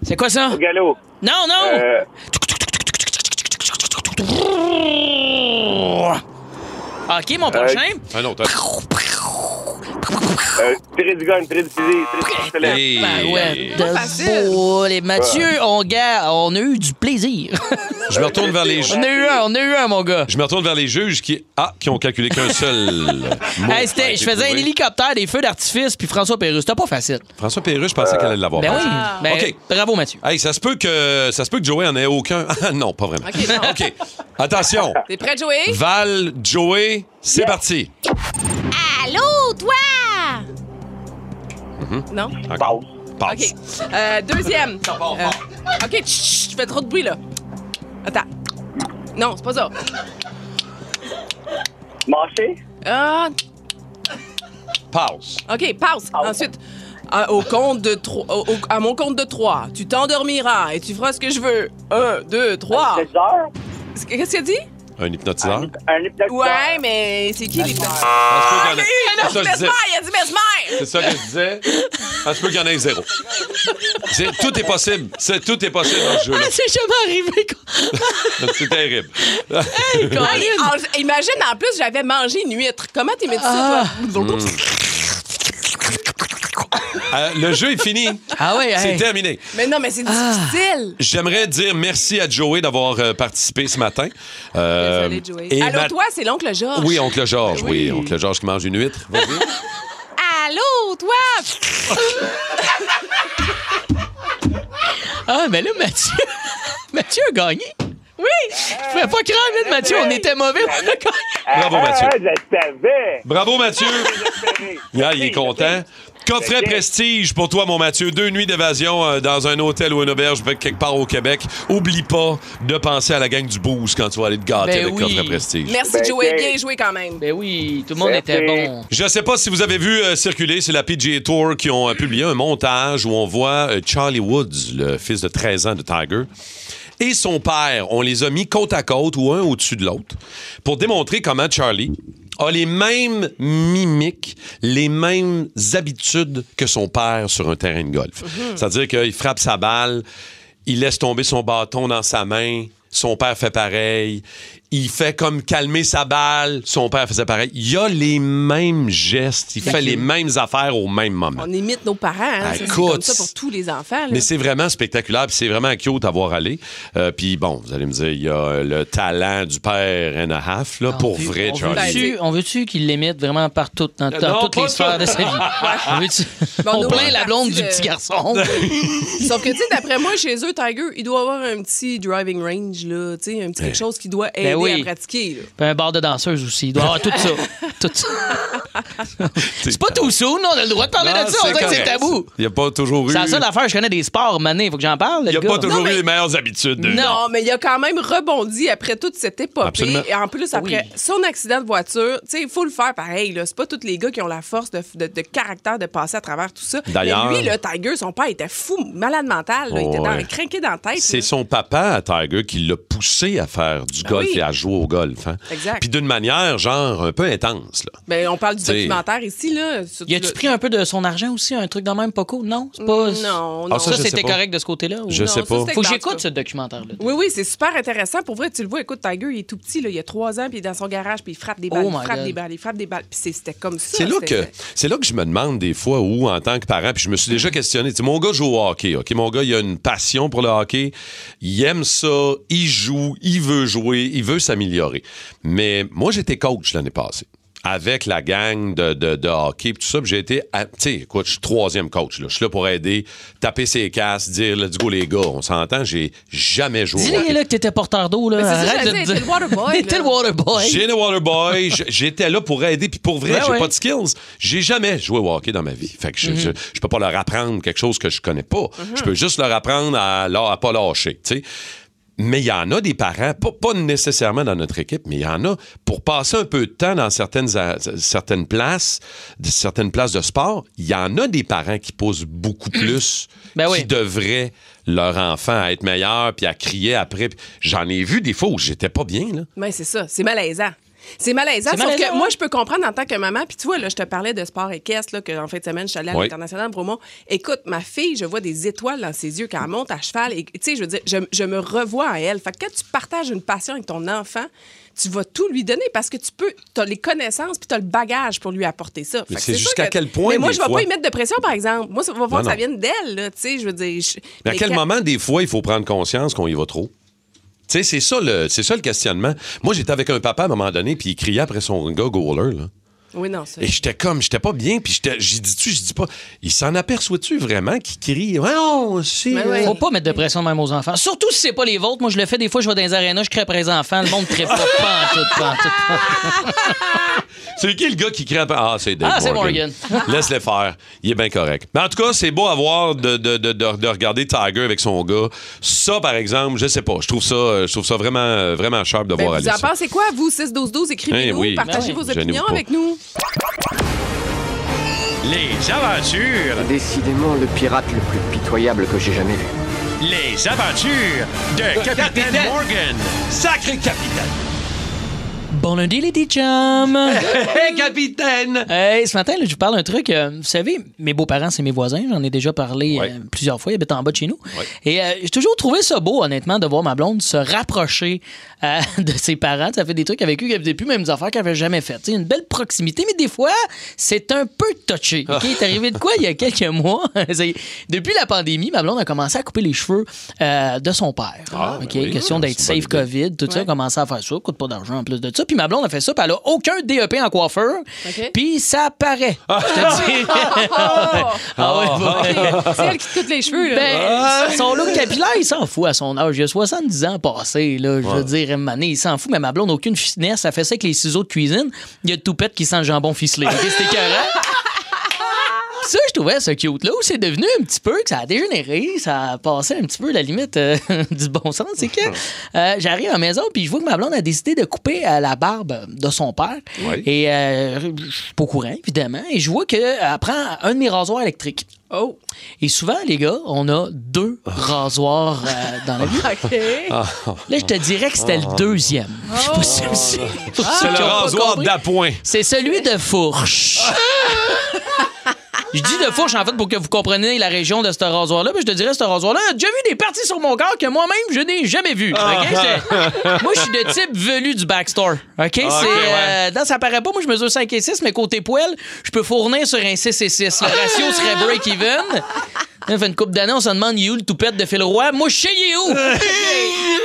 Speaker 3: c'est quoi ça?
Speaker 6: au galop.
Speaker 3: Non, non!
Speaker 6: Euh,
Speaker 3: OK, mon prochain.
Speaker 1: Un autre.
Speaker 3: Ah,
Speaker 1: un-
Speaker 6: euh, tirer du gun, tirer du fusil, tirer du pistolet.
Speaker 1: Hey.
Speaker 3: Ben ouais,
Speaker 2: Pas facile.
Speaker 3: de boule. Et Mathieu, on, ga- on a eu du plaisir.
Speaker 1: Je me retourne vers les
Speaker 3: on a eu un, on a eu un, mon gars.
Speaker 1: Je me retourne vers les juges qui ah qui ont calculé qu'un seul. mot
Speaker 3: Hey, c'était-
Speaker 1: a été
Speaker 3: je faisais un
Speaker 1: trouvé.
Speaker 3: hélicoptère, des feux d'artifice, puis François Pérusse. C'était pas facile.
Speaker 1: François Perru, je pensais qu'elle allait l'avoir.
Speaker 3: Ben oui.
Speaker 1: Ah.
Speaker 3: Ben,
Speaker 1: OK.
Speaker 3: Bravo, Mathieu.
Speaker 1: Hey, ça se peut que ça se peut que Joey en ait aucun. Ah, non, pas vraiment.
Speaker 2: OK, non.
Speaker 1: OK. Attention.
Speaker 2: T'es prête, Joey?
Speaker 1: Val, Joey, c'est parti.
Speaker 7: Allô, toi!
Speaker 2: Non?
Speaker 1: Encore. Passe.
Speaker 2: OK. Euh, deuxième. Euh, OK, chut, chut, je fais trop de bruit, là. Attends. Non, c'est pas ça.
Speaker 6: Marcher.
Speaker 2: Ah,
Speaker 1: Passe.
Speaker 2: OK, pause. Ensuite, à, au compte de trois, au- au- à mon compte de trois, tu t'endormiras et tu feras ce que je veux. Un, deux,
Speaker 1: Ah!
Speaker 2: trois.
Speaker 6: hypnotiseur.
Speaker 2: Qu'est-ce qu'il a dit?
Speaker 1: Un hypnotiseur.
Speaker 6: Un hypnotiseur.
Speaker 2: Ouais, mais c'est qui les Ah,
Speaker 1: Ça se peut qu'il y en ait-
Speaker 2: mais non,
Speaker 1: C'est ça que je
Speaker 2: Mesmer,
Speaker 1: disais.
Speaker 2: il a dit Mesmer!
Speaker 1: C'est ça que je disais. Ça se peut qu'il y en ait zéro. C'est- Tout est possible. C'est- tout est possible dans ce
Speaker 3: Ah,
Speaker 1: jeu-là.
Speaker 3: c'est jamais arrivé. quoi.
Speaker 1: C'est terrible.
Speaker 2: Hey, en- imagine, en plus, j'avais mangé une huître. Comment t'imites
Speaker 1: Ah.
Speaker 2: ça, toi?
Speaker 1: Euh, le jeu est fini.
Speaker 3: Ah ouais,
Speaker 1: C'est
Speaker 3: hey.
Speaker 1: terminé.
Speaker 2: Mais non, mais c'est
Speaker 1: Ah.
Speaker 2: difficile.
Speaker 1: J'aimerais dire merci à Joey d'avoir euh, participé ce matin. Euh,
Speaker 2: Désolée, Joey.
Speaker 1: et
Speaker 2: Allô,
Speaker 1: ma-
Speaker 2: toi, c'est l'oncle Georges.
Speaker 1: Oui, oncle Georges. Oui, oncle Georges qui mange une huître. Vas-y.
Speaker 2: Allô, toi!
Speaker 3: Ah, mais là, Mathieu. Mathieu a gagné. Oui! Je pouvais pas croire, là, de Mathieu, on était mauvais. on a gagné.
Speaker 1: Bravo, Mathieu.
Speaker 6: Ah, je savais.
Speaker 1: Bravo, Mathieu. Ah, il est content. Coffret
Speaker 6: Merci.
Speaker 1: prestige pour toi, mon Mathieu. Deux nuits d'évasion euh, dans un hôtel ou une auberge quelque part au Québec. Oublie pas de penser à la gang du boost quand tu vas aller te gâter
Speaker 3: Ben
Speaker 1: avec
Speaker 3: oui.
Speaker 1: Coffret prestige.
Speaker 2: Merci,
Speaker 6: Ben,
Speaker 2: Joey.
Speaker 6: ok.
Speaker 2: Bien joué quand même.
Speaker 3: Ben oui, tout le monde
Speaker 6: Merci.
Speaker 3: était bon.
Speaker 1: Je sais pas si vous avez vu euh, circuler, c'est la PGA Tour qui ont euh, publié un montage où on voit euh, Charlie Woods, le fils de 13 ans de Tiger, et son père. On les a mis côte à côte ou un au-dessus de l'autre pour démontrer comment Charlie a les mêmes mimiques, les mêmes habitudes que son père sur un terrain de golf. C'est-à-dire qu'il frappe sa balle, il laisse tomber son bâton dans sa main, son père fait pareil, il fait comme calmer sa balle, son père faisait pareil. Il a les mêmes gestes, il fait les mêmes affaires au même moment.
Speaker 2: On imite nos parents. hein,
Speaker 1: Ah,
Speaker 2: ça, c'est
Speaker 1: écoute.
Speaker 2: comme ça pour tous les enfants. là.
Speaker 1: Mais c'est vraiment spectaculaire, puis c'est vraiment cute à voir aller. Euh, puis bon, vous allez me dire, il y a euh, le talent du père and a half, là, pour vrai,
Speaker 3: on
Speaker 1: Charlie.
Speaker 3: veut-tu on veut-tu qu'il l'imite vraiment partout, dans, dans
Speaker 1: Non,
Speaker 3: toutes
Speaker 1: pas
Speaker 3: les sphères de sa vie? On, veut-tu-
Speaker 2: Bon,
Speaker 3: on
Speaker 2: nous,
Speaker 3: plaint
Speaker 2: on
Speaker 3: la
Speaker 2: est
Speaker 3: blonde
Speaker 2: parti
Speaker 3: du
Speaker 2: de-
Speaker 3: petit garçon.
Speaker 2: Sauf que, tu sais, d'après moi, chez eux, Tiger, il doit avoir un petit driving range, là, tu sais, un petit
Speaker 1: Ben.
Speaker 2: quelque chose qui doit aider
Speaker 3: oui.
Speaker 2: à pratiquer. là.
Speaker 3: Puis un bar de danseuse aussi. Il doit avoir tout ça. Tout ça. C'est pas tout soon, on a le droit de parler
Speaker 1: Non,
Speaker 3: de ça. On dirait que c'est
Speaker 1: correct.
Speaker 3: tabou.
Speaker 1: Il n'y a pas toujours eu.
Speaker 3: C'est la seule affaire, je connais des sports, mané, faut que j'en parle. le
Speaker 1: Il n'y a
Speaker 3: gars.
Speaker 1: pas toujours
Speaker 2: Non, mais-
Speaker 1: eu les meilleures habitudes. de-
Speaker 3: Non.
Speaker 2: Non, mais il a quand même rebondi après toute cette épopée.
Speaker 1: Absolument.
Speaker 2: Et en plus, après
Speaker 3: Oui.
Speaker 2: son accident de voiture, tu sais, il faut le faire pareil. là. C'est pas tous les gars qui ont la force de, de- de caractère de passer à travers tout ça.
Speaker 1: D'ailleurs-
Speaker 2: Mais lui, le Tiger, son père était fou, malade mental. là. Il était dans,
Speaker 1: Ouais.
Speaker 2: craqué dans la tête.
Speaker 1: C'est
Speaker 2: là.
Speaker 1: son papa à Tiger qui l'a poussé à faire
Speaker 3: Ben
Speaker 1: du golf
Speaker 2: oui.
Speaker 1: et à jouer au golf. hein.
Speaker 2: Exact.
Speaker 1: Puis d'une manière, genre, un peu intense. Là.
Speaker 2: Ben, on parle du
Speaker 1: T'sais.
Speaker 2: documentaire ici, là. sur-
Speaker 3: Y a-tu pris un peu de son argent aussi, un truc dans le même poco? Non, c'est pas.
Speaker 2: Non,
Speaker 1: Ah,
Speaker 2: non.
Speaker 1: ça,
Speaker 3: Ça,
Speaker 1: je sais
Speaker 3: c'était
Speaker 1: pas.
Speaker 3: correct de ce côté-là? ou-
Speaker 1: Je
Speaker 2: Non,
Speaker 1: sais
Speaker 2: ça,
Speaker 1: pas.
Speaker 2: c'était
Speaker 3: Faut que
Speaker 2: dans
Speaker 3: j'écoute
Speaker 2: ce
Speaker 3: ce documentaire-là.
Speaker 2: Oui, oui, c'est super intéressant. Pour vrai, tu le vois, écoute, Tiger, il est tout petit, là, il a trois ans, puis il est dans son garage, puis il frappe des balles,
Speaker 3: Oh
Speaker 2: il
Speaker 3: my
Speaker 2: frappe
Speaker 3: God.
Speaker 2: des balles, il frappe des balles. Puis c'est- c'était comme ça.
Speaker 1: C'est là que
Speaker 2: c'était-
Speaker 1: c'est là que je me demande des fois où en tant que parent puis je me suis déjà questionné. Tu sais, mon gars joue au hockey, ok. Mon gars il a une passion pour le hockey, il aime ça, il joue, il veut jouer, il veut s'améliorer. Mais moi j'étais coach l'année passée avec la gang de, de, de hockey puis tout ça. puis J'ai été, à- tu sais, écoute, je suis troisième coach là. Je suis là pour aider, taper ses casses, dire let's go les gars, on s'entend. J'ai jamais joué. au
Speaker 3: Dis-le
Speaker 1: hockey.
Speaker 3: là que t'étais porteur d'eau, là.
Speaker 2: Mais c'est ça,
Speaker 3: Arrête
Speaker 2: j'allais
Speaker 3: de
Speaker 2: dire,
Speaker 3: te
Speaker 2: t'es le waterboy,
Speaker 3: T'es
Speaker 2: là.
Speaker 3: le waterboy.
Speaker 1: J'ai le Waterboy, j- j'étais là pour aider, puis pour vrai,
Speaker 3: Ben
Speaker 1: j'ai
Speaker 3: ouais. Mm-hmm.
Speaker 1: pas de skills. J'ai jamais joué au hockey dans ma vie. Fait que je, je, je peux pas leur apprendre quelque chose que je connais pas. Je peux juste leur apprendre à, la- à pas lâcher, tu sais. Mais il y en a des parents, pas, pas nécessairement dans notre équipe, mais il y en a pour passer un peu de temps dans certaines, a- certaines places, de- certaines places de sport, il y en a des parents qui poussent beaucoup plus,
Speaker 3: Ben oui.
Speaker 1: qui devraient leur enfant à être meilleur, puis à crier après. Puis J'en ai vu des fois où j'étais pas bien, là.
Speaker 2: Mais c'est ça, c'est malaisant. C'est malaisant,
Speaker 3: C'est
Speaker 2: sauf
Speaker 3: malaisant,
Speaker 2: que
Speaker 3: ouais.
Speaker 2: moi, je peux comprendre en tant que maman. Puis tu vois, là, je te parlais de sport équestre, là, que, en fin de semaine, je suis allée à
Speaker 1: Oui.
Speaker 2: l'international Bromont. Écoute, ma fille, je vois des étoiles dans ses yeux quand elle monte à cheval. Et, tu sais, je veux dire, je, je me revois à elle. Fait que quand tu partages une passion avec ton enfant, tu vas tout lui donner parce que tu peux, tu as les connaissances puis tu as le bagage pour lui apporter ça. Fait
Speaker 1: Mais
Speaker 2: que
Speaker 1: c'est
Speaker 2: sûr
Speaker 1: jusqu'à
Speaker 2: que-
Speaker 1: quel point,
Speaker 2: Mais moi,
Speaker 1: des
Speaker 2: je vais
Speaker 1: fois?
Speaker 2: pas y mettre de pression, par exemple. Moi, ça va voir
Speaker 1: Non,
Speaker 2: que ça
Speaker 1: non.
Speaker 2: vienne d'elle, là, tu sais, je veux dire. je-
Speaker 1: Mais à
Speaker 2: mais
Speaker 1: quel
Speaker 2: quand-
Speaker 1: moment, des fois, il faut prendre conscience qu'on y va trop? Tu sais, c'est ça, le- c'est ça le questionnement. Moi, j'étais avec un papa à un moment donné, puis il criait après son gars goaler. Là.
Speaker 2: Oui, non, ça.
Speaker 1: Et j'étais comme, j'étais pas bien, puis j'étais- j'y dis-tu, j'y dis pas. Il s'en aperçoit-tu vraiment qu'il crie? Ouais, on sait,
Speaker 2: Mais
Speaker 1: euh,
Speaker 2: ouais.
Speaker 3: Faut pas mettre de pression même aux enfants. Surtout si c'est pas les vôtres. Moi, je le fais des fois, je vais dans les arénas, je crée après les enfants. Le monde crée pas. Pantoute, pantoute.
Speaker 1: C'est qui le gars qui crie après? Ah, c'est Dave
Speaker 3: Ah, c'est
Speaker 1: Morgan. Laisse-le faire. Il est bien correct. Mais en tout cas, c'est beau à voir de, de- de- de- de regarder Tiger avec son gars. Ça, par exemple, je sais pas. Je trouve ça, euh, je trouve ça vraiment, euh, vraiment sharp de
Speaker 2: Ben,
Speaker 1: voir
Speaker 2: vous
Speaker 1: aller
Speaker 2: en
Speaker 1: ça.
Speaker 2: pensez quoi, vous, 6-12-12? Écrivez-nous,
Speaker 1: Eh oui.
Speaker 2: partagez
Speaker 3: Ben oui.
Speaker 2: vos
Speaker 1: Gênez-vous
Speaker 2: opinions
Speaker 1: pas.
Speaker 2: avec nous.
Speaker 8: Les aventures,
Speaker 9: Décidément le pirate le plus pitoyable que j'ai jamais vu.
Speaker 8: les aventures de Capitaine Morgan.
Speaker 1: Sacré capitaine!
Speaker 3: Bon lundi, les D-Chums.
Speaker 1: Hey, capitaine!
Speaker 3: Hey, ce matin, là, je vous parle d'un truc. euh, vous savez, mes beaux-parents, c'est mes voisins. J'en ai déjà parlé
Speaker 1: Ouais.
Speaker 3: euh, plusieurs fois. Ils habitent en bas de chez nous. Et euh, j'ai toujours trouvé ça beau, honnêtement, de voir ma blonde se rapprocher euh, de ses parents. Ça fait des trucs avec eux qu'elle faisait plus, même des affaires qu'elle avait jamais faites. Tu sais, une belle proximité, mais des fois, c'est un peu touché. OK?
Speaker 1: Ah.
Speaker 3: Il est arrivé de quoi il y a quelques mois? C'est- Depuis la pandémie, ma blonde a commencé à couper les cheveux euh, de son père.
Speaker 1: Ah,
Speaker 3: OK?
Speaker 1: ben oui.
Speaker 3: Question
Speaker 1: Ah,
Speaker 3: d'être
Speaker 1: c'est une
Speaker 3: safe
Speaker 1: bonne idée.
Speaker 3: COVID, tout ça, commencer à faire ça, coûte pas d'argent en plus de ça. Puis ma blonde a fait ça, puis elle a aucun DEP en coiffeur.
Speaker 2: OK.
Speaker 3: Puis ça paraît. Je te dis. Ah ouais, bah,
Speaker 2: C'est elle qui te coûte les cheveux, là. Ah,
Speaker 3: ben, son look capillaire, il s'en fout à son âge. Il a 70 ans passés, là. Je veux dire, mané, il s'en fout, mais ma blonde, aucune finesse. Ça fait ça avec les ciseaux de cuisine. Il y a de toupette qui sent le jambon ficelé. Ok, C'était écœurant. Ça, je trouve trouvais ce cute-là où c'est devenu un petit peu que ça a dégénéré, ça a passé un petit peu la limite euh, du bon sens. C'est que
Speaker 2: Mhm.
Speaker 3: euh, j'arrive à la maison puis je vois que ma blonde a décidé de couper euh, la barbe de son père.
Speaker 1: Ouais.
Speaker 3: Et euh, je suis pas au courant, évidemment. Et je vois qu'elle prend un de mes rasoirs électriques.
Speaker 2: Oh! Ah.
Speaker 3: Et souvent, les gars, on a deux rasoirs euh, dans la vie.
Speaker 2: OK. Ah.
Speaker 3: Là, je te dirais que c'était le deuxième. Je sais pas si- si- pour
Speaker 1: C'est
Speaker 3: ceux qui
Speaker 1: le
Speaker 3: ont pas
Speaker 1: rasoir
Speaker 3: compris.
Speaker 1: d'appoint.
Speaker 3: C'est celui de fourche. Je dis de fourche, en fait, pour que vous compreniez la région de ce rasoir-là. mais je te dirais, ce rasoir-là a déjà vu des parties sur mon corps que moi-même, je n'ai jamais vues. OK? C'est- moi, je suis de type velu du backstore. OK? C'est, euh, dans, ça paraît pas. Moi, je mesure 5 et 6, mais côté poêle, je peux fournir sur un 6 et 6. Le ratio serait break-even. Là, fait une couple d'années, on se demande, il est où le toupette de Phil Roy? Moi, je sais, il est où?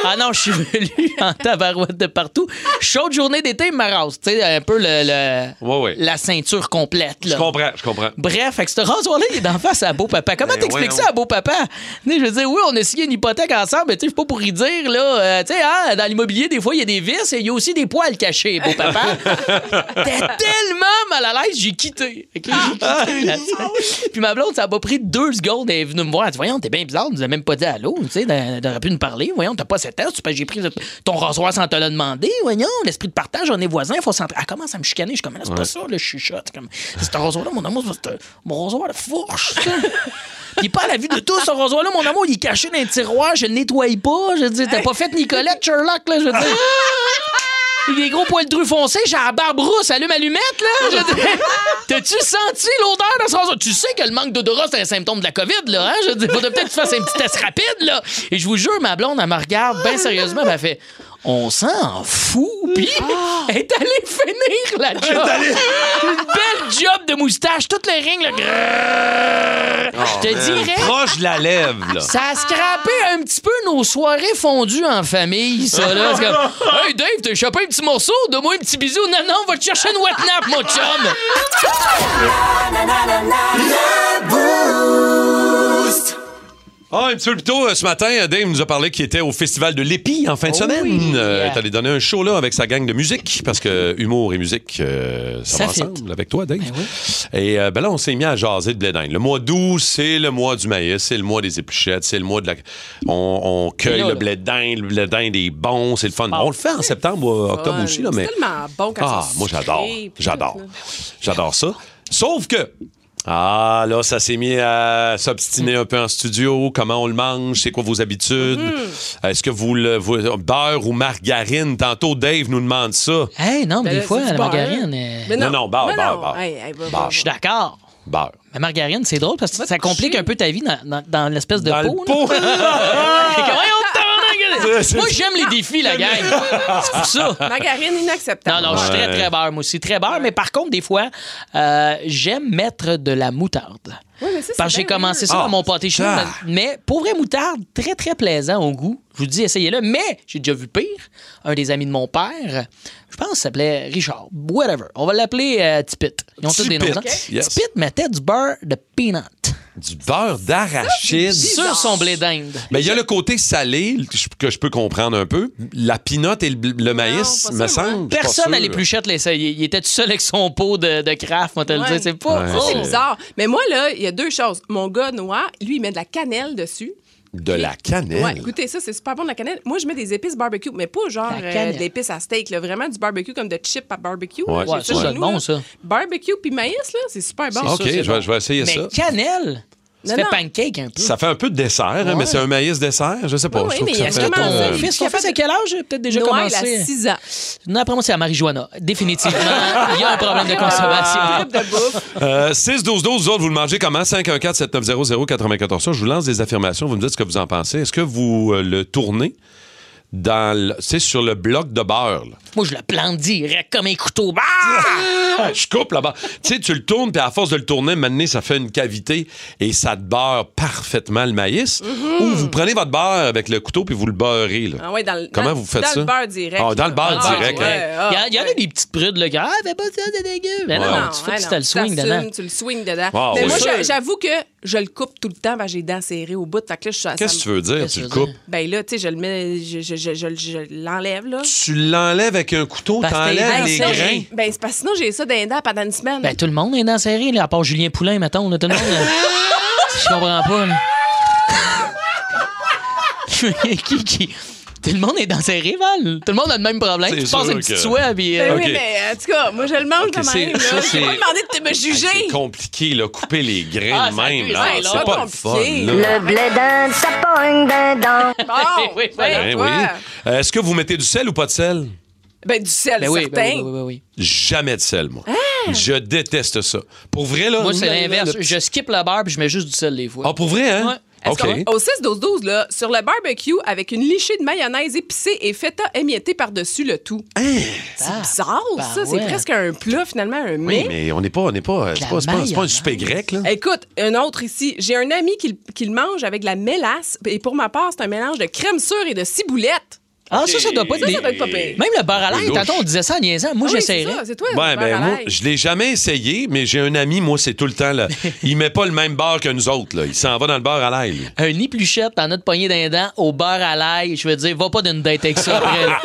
Speaker 3: ah non, je suis venu en tabarouette de partout. Chaude journée d'été, il m'arrase. Tu sais, un peu le, le-
Speaker 1: Ouais, ouais.
Speaker 3: la ceinture complète.
Speaker 1: Je
Speaker 3: Là.
Speaker 1: comprends, je comprends.
Speaker 3: Bref, fait que ce rasoir-là, il est d'en face à beau papa. Comment
Speaker 1: Ben
Speaker 3: t'expliques
Speaker 1: voyons.
Speaker 3: ça à beau papa? Tu sais, Je veux dire, oui, on a signé une hypothèque ensemble, mais tu sais, je suis pas pour y dire, là. euh, tu sais, hein, dans l'immobilier, des fois, il y a des vis et il y a aussi des poils cachés, beau papa. T'es tellement mal à l'aise, j'ai quitté. Ok, j'ai quitté la scène. Puis ma blonde, ça m'a pris deux secondes. Elle est venue me voir. Elle dit Voyons, t'es bien bizarre, tu nous as même pas dit allô. Tu sais, t'aurais t'aurais pu nous parler. Voyons, t'as pas cette ans. C'est parce que j'ai pris le- ton rasoir sans te le demander. Voyons, l'esprit de partage, on est voisins, faut s'entrer. Elle commence à me chicaner. Je suis comme, là, c'est pas ça, là, je chuchote. Comme, c'est ton rasoir-là, mon amour, c'est un- mon rasoir de fourche. ça. Il est pas à la vue de tous, ce rasoir-là, mon amour, il est caché dans un tiroir, je le nettoie pas. Je veux dire, t'as pas fait Nicolette Sherlock, là, je veux dire. Il y a des gros poils drus foncés, j'ai la barbe rousse, allume allumette, là! Je dis, T'as-tu senti l'odeur de ce rasoir? Tu sais que le manque d'odorat, c'est un symptôme de la COVID, là, hein? Je dis, faudrait peut-être que tu fasses un petit test rapide, là! Et je vous jure, ma blonde, elle me regarde bien sérieusement, puis elle fait On s'en fout, puis elle est allée finir la job! Une belle job de moustache, tout le ring, là! grrrr. Je te dirais.
Speaker 1: Euh, Proche de la lèvre, là.
Speaker 3: Ça a scrappé un petit peu nos soirées fondues en famille, ça, là. C'est comme, hey, Dave, t'as échappé un petit morceau, donne-moi un petit bisou. Non, non, on va te chercher une wet nap, mon chum.
Speaker 1: Ah, un petit peu plus tôt euh, ce matin, euh, Dave nous a parlé qu'il était au Festival de l'Épi en fin de semaine. Euh, est allé donner un show là avec sa gang de musique parce que humour et musique, euh, ça,
Speaker 3: Ça
Speaker 1: va
Speaker 3: fit.
Speaker 1: ensemble avec toi, Dave. Et euh, ben là, on s'est mis à jaser de blé d'Inde. Le mois d'août, c'est le mois du maïs, c'est le mois des épluchettes, c'est le mois de la. On, on cueille
Speaker 3: là,
Speaker 1: le
Speaker 3: là.
Speaker 1: blé d'Inde, le blé d'Inde est bon, c'est le fun. On le fait en septembre, euh, octobre
Speaker 2: Fun.
Speaker 1: aussi, là,
Speaker 2: C'est
Speaker 1: mais.
Speaker 2: tellement bon quand
Speaker 1: Ah,
Speaker 2: c'est
Speaker 1: moi j'adore.
Speaker 2: sucré, puis
Speaker 1: J'adore.
Speaker 2: tout, là.
Speaker 1: J'adore ça. Sauf que. Ah, là, ça s'est mis à s'obstiner un peu en studio. Comment on le mange? C'est quoi vos habitudes?
Speaker 2: Mm-hmm.
Speaker 1: Est-ce que vous le. vous- beurre ou margarine? Tantôt, Dave nous demande ça.
Speaker 3: Hey, non, mais
Speaker 2: Ben
Speaker 3: des
Speaker 2: là,
Speaker 3: fois,
Speaker 2: c'est du
Speaker 3: la
Speaker 2: beurre.
Speaker 3: margarine. euh,
Speaker 2: Mais
Speaker 1: Non, non, barre,
Speaker 2: Ben
Speaker 1: barre,
Speaker 2: non.
Speaker 1: barre.
Speaker 2: Hey, hey, bah, bah,
Speaker 1: Barre.
Speaker 2: bah.
Speaker 3: Je suis d'accord.
Speaker 1: Beurre.
Speaker 3: La margarine, c'est drôle parce que ça complique un peu ta vie dans, dans- dans l'espèce de
Speaker 1: Dans
Speaker 3: peau.
Speaker 1: le pot.
Speaker 3: Moi, j'aime les défis, la gang. C'est pour ça.
Speaker 2: Margarine
Speaker 3: Non,
Speaker 2: inacceptable.
Speaker 3: non, je suis très, très beurre, moi aussi. Très beurre, mais par contre, des fois, euh, j'aime mettre de la moutarde.
Speaker 2: Ouais, mais ça, c'est
Speaker 3: Parce que j'ai
Speaker 2: bien
Speaker 3: commencé ça
Speaker 1: Ah,
Speaker 3: dans mon pâté chinois. Mais pour vrai, moutarde, très, très plaisant au goût. Je vous dis, essayez-le. Mais j'ai déjà vu pire. Un des amis de mon père, je pense qu'il s'appelait Richard, whatever. On va l'appeler euh, Tipit. Ils ont tous des noms.
Speaker 1: Tipit,
Speaker 3: hein?
Speaker 1: yes.
Speaker 3: Tipit mettait du beurre de peanut
Speaker 1: Du beurre d'arachide.
Speaker 3: sur son blé d'Inde.
Speaker 1: Mais il y a le côté salé que je peux comprendre un peu. La pinotte et le, le maïs,
Speaker 2: pas
Speaker 1: me
Speaker 2: sûr,
Speaker 1: semble. je
Speaker 2: hein.
Speaker 1: suis pas
Speaker 3: Personne à
Speaker 1: sûr.
Speaker 3: l'épluchette l'a essayé. Il était tout seul avec son pot de, de craft, moi, te le
Speaker 2: Ouais.
Speaker 3: dire. C'est pas.
Speaker 1: Ouais,
Speaker 2: Ça, c'est
Speaker 1: Oh.
Speaker 2: bizarre. Mais moi, là, il y a deux choses. Mon gars noir, lui, il met de la cannelle dessus.
Speaker 1: De la cannelle.
Speaker 2: Ouais, écoutez, ça, c'est super bon de la cannelle. Moi, je mets des épices barbecue, mais pas genre
Speaker 3: La
Speaker 2: euh,
Speaker 3: cannelle.
Speaker 2: de l'épice à steak, là. vraiment du barbecue comme de chip à barbecue. là.
Speaker 1: Ouais.
Speaker 2: J'ai
Speaker 1: Ouais, ça,
Speaker 2: chez
Speaker 3: c'est
Speaker 2: nous,
Speaker 3: bon,
Speaker 2: là.
Speaker 3: ça.
Speaker 2: Barbecue puis maïs, là, c'est super bon.
Speaker 1: OK,
Speaker 3: c'est
Speaker 1: je vais,
Speaker 3: bon.
Speaker 1: je vais essayer
Speaker 3: Mais
Speaker 1: ça.
Speaker 3: cannelle,
Speaker 2: Non,
Speaker 3: ça fait
Speaker 2: non.
Speaker 3: pancake un peu.
Speaker 1: Ça fait un peu de dessert, hein, mais c'est un maïs dessert. Je sais pas.
Speaker 2: Oui,
Speaker 1: je trouve
Speaker 2: oui,
Speaker 1: que ça
Speaker 2: mais il y
Speaker 1: fait
Speaker 2: a
Speaker 1: un
Speaker 2: comment
Speaker 1: peu,
Speaker 2: ça,
Speaker 1: euh,
Speaker 2: il
Speaker 3: Fils, ton fils à quel âge? Peut-être déjà
Speaker 2: Noir, il
Speaker 3: commencé.
Speaker 2: a 6 ans.
Speaker 3: Non, après moi, c'est la marijuana. Définitivement, il y a un problème de consommation.
Speaker 2: Trip de bouffe.
Speaker 1: Euh, 6-12-12, vous autres, vous le mangez comment? 514-790-94. Je vous lance des affirmations, vous me dites ce que vous en pensez. Est-ce que vous euh, le tournez dans le- C'est sur le bloc de beurre. là.
Speaker 3: Moi, je le plante direct comme un couteau. Ah!
Speaker 1: Je coupe là-bas. Tu sais, tu le tournes, puis à force de le tourner, maintenant, ça fait une cavité et ça te beurre parfaitement le maïs. Ou vous prenez votre beurre avec le couteau, puis vous le beurrez. là.
Speaker 2: Mm-hmm. Ah ouais, dans le-
Speaker 1: Comment
Speaker 2: dans-
Speaker 1: vous faites
Speaker 2: dans
Speaker 1: ça?
Speaker 2: le beurre direct,
Speaker 1: Ah, dans le
Speaker 2: là.
Speaker 1: beurre
Speaker 2: Ah,
Speaker 1: direct.
Speaker 2: ouais.
Speaker 1: hein.
Speaker 3: Il y, a- il y en a
Speaker 2: ouais.
Speaker 3: des petites prudes, là, qui ah, fais pas ça, c'est dégueu. Mais non,
Speaker 1: Ouais.
Speaker 3: non, tu fais
Speaker 2: ouais,
Speaker 3: que tu
Speaker 2: non,
Speaker 3: t'as le swing
Speaker 2: t'assumes,
Speaker 3: dedans.
Speaker 2: Tu le swing dedans.
Speaker 1: Ah,
Speaker 2: mais
Speaker 1: oui.
Speaker 2: moi,
Speaker 1: C'est
Speaker 2: j'a-
Speaker 3: sûr.
Speaker 2: j'avoue que je le coupe tout le temps, parce que j'ai les dents serrées au bout. Fait que là, je suis
Speaker 1: Qu'est-ce que tu veux dire? Tu
Speaker 3: Qu'est-ce
Speaker 1: le
Speaker 3: que tu veux
Speaker 1: coupes?
Speaker 3: dire?
Speaker 2: Ben là, tu sais, je le mets, je, je- je je, je- je l'enlève, là.
Speaker 1: Tu l'enlèves avec un couteau,
Speaker 3: Parce que
Speaker 1: t'enlèves
Speaker 3: t'es
Speaker 1: les
Speaker 3: lancé.
Speaker 1: grains.
Speaker 2: Ben, c'est parce que sinon, j'ai ça d'un dent pendant une semaine.
Speaker 3: Ben, tout le monde est dans sa série, là, à part Julien Poulain, mettons. Là, tout le monde. là. Je comprends pas, là. qui, qui... Tout le monde est dans ses rivales. Tout le monde a le même problème.
Speaker 1: C'est
Speaker 3: Tu passes
Speaker 1: sûr
Speaker 3: une petite
Speaker 1: que-
Speaker 3: soie, puis...
Speaker 2: Ben
Speaker 3: euh,
Speaker 2: oui,
Speaker 1: ok.
Speaker 2: mais en tout cas, moi, je le mange
Speaker 1: Ok,
Speaker 2: quand
Speaker 1: c'est-
Speaker 2: même.
Speaker 1: ça,
Speaker 2: là.
Speaker 1: c'est-
Speaker 2: J'ai pas demandé de me
Speaker 1: Hey,
Speaker 2: juger.
Speaker 1: C'est compliqué, là, couper les grains
Speaker 3: Ah,
Speaker 1: de
Speaker 3: ça
Speaker 1: même.
Speaker 3: abuse,
Speaker 1: là.
Speaker 3: ouais, là,
Speaker 1: c'est pas le fun.
Speaker 2: compliqué.
Speaker 1: là.
Speaker 2: Le
Speaker 10: blé d'un ça pogne d'un
Speaker 2: Bon,
Speaker 3: Oui, oui,
Speaker 2: ben,
Speaker 1: Ben
Speaker 2: toi.
Speaker 1: oui. Euh, Est-ce que vous mettez du sel ou pas de sel?
Speaker 2: Ben, du sel,
Speaker 3: ben oui, ben oui,
Speaker 2: certain.
Speaker 3: ben oui, ben oui.
Speaker 1: Jamais de sel, moi. Je déteste ça. Pour vrai, là.
Speaker 3: Ah! Moi, c'est
Speaker 1: là, là,
Speaker 3: l'inverse.
Speaker 1: le-
Speaker 3: Je skip le beurre, puis je mets juste du sel des fois.
Speaker 1: Ah, pour vrai, hein?
Speaker 2: Est-ce
Speaker 1: OK.
Speaker 2: qu'on- Au 6-12-12, là, sur le barbecue, avec une lichée de mayonnaise épicée et feta émiettée par-dessus le tout.
Speaker 1: Hein?
Speaker 2: C'est bizarre,
Speaker 3: bah
Speaker 2: ça. C'est
Speaker 3: ouais.
Speaker 2: presque un plat, finalement, un
Speaker 1: Oui,
Speaker 2: mets.
Speaker 1: mais on n'est pas. on n'est pas c'est
Speaker 3: la
Speaker 1: pas, c'est pas- c'est pas un
Speaker 3: mayonnaise.
Speaker 1: souper grec, là.
Speaker 2: Écoute, un autre ici. J'ai un ami qui, le- qui le mange avec de la mélasse. Et pour ma part, c'est un mélange de crème sûre et de ciboulette.
Speaker 3: Ah, ça, ça doit pas être...
Speaker 2: Ça,
Speaker 3: des-
Speaker 2: ça doit être pas pire.
Speaker 3: Même le beurre à l'ail,
Speaker 1: Louche.
Speaker 3: tantôt, on disait ça en niaisant. Moi,
Speaker 2: Ah oui, c'est
Speaker 3: j'essaierais.
Speaker 2: ça, c'est toi,
Speaker 1: Ouais,
Speaker 2: le
Speaker 1: ben,
Speaker 2: beurre à
Speaker 1: moi,
Speaker 2: l'ail.
Speaker 1: je l'ai jamais essayé, mais j'ai un ami, moi, c'est tout le temps, là. Il met pas le même beurre que nous autres, là. Il s'en va dans le beurre à l'ail. lui.
Speaker 3: un épluchette dans notre poignée d'un dent au beurre à l'ail. Je veux dire, va pas d'une date avec ça après. là.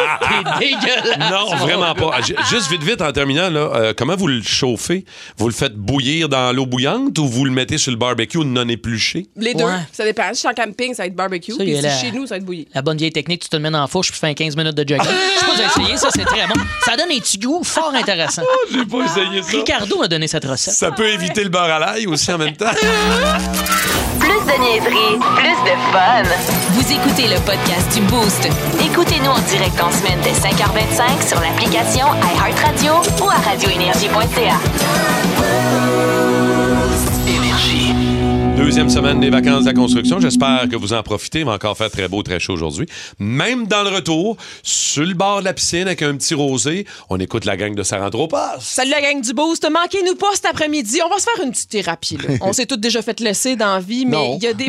Speaker 3: T'es dégueulasse.
Speaker 1: Non,
Speaker 3: mon
Speaker 1: vraiment
Speaker 3: gars.
Speaker 1: pas. Ju- Juste vite, vite, en terminant, là, euh, comment vous le chauffez? Vous le faites bouillir dans l'eau bouillante ou vous le mettez sur le barbecue non épluché?
Speaker 2: Les deux.
Speaker 3: Ouais.
Speaker 2: Ça dépend. Si je suis en camping, ça va être barbecue.
Speaker 3: Ça, il
Speaker 2: Puis
Speaker 3: y
Speaker 2: si
Speaker 3: a
Speaker 2: je
Speaker 3: la-
Speaker 2: suis chez nous, ça va être bouilli.
Speaker 3: La bonne vieille technique, tu te le mets dans la fourche puis fais un 15 minutes de jogging. Je sais pas si t'as essayé, ça, c'est très bon. Ça donne un petit goût fort intéressant.
Speaker 11: Ah,
Speaker 1: J'ai pas essayé
Speaker 3: Ricardo m'a donné cette recette.
Speaker 1: Ça peut éviter le beurre à l'ail aussi en même temps.
Speaker 12: Plus de niaiserie, plus de fun. Vous écoutez le podcast du Boost. Écoutez-nous en direct en semaine dès 5h25 sur l'application iHeartRadio ou à radioénergie.ca.
Speaker 1: Deuxième semaine des vacances de la construction. J'espère que vous en profitez. Il va encore faire très beau, très chaud aujourd'hui. Même dans le retour, sur le bord de la piscine avec un petit rosé, on écoute la gang de Sarandropas.
Speaker 13: Salut la gang du Boost. Manquez-nous pas cet après-midi. On va se faire une petite thérapie. là. On s'est toutes déjà fait laisser dans la vie, mais
Speaker 1: Non.
Speaker 13: il y a des.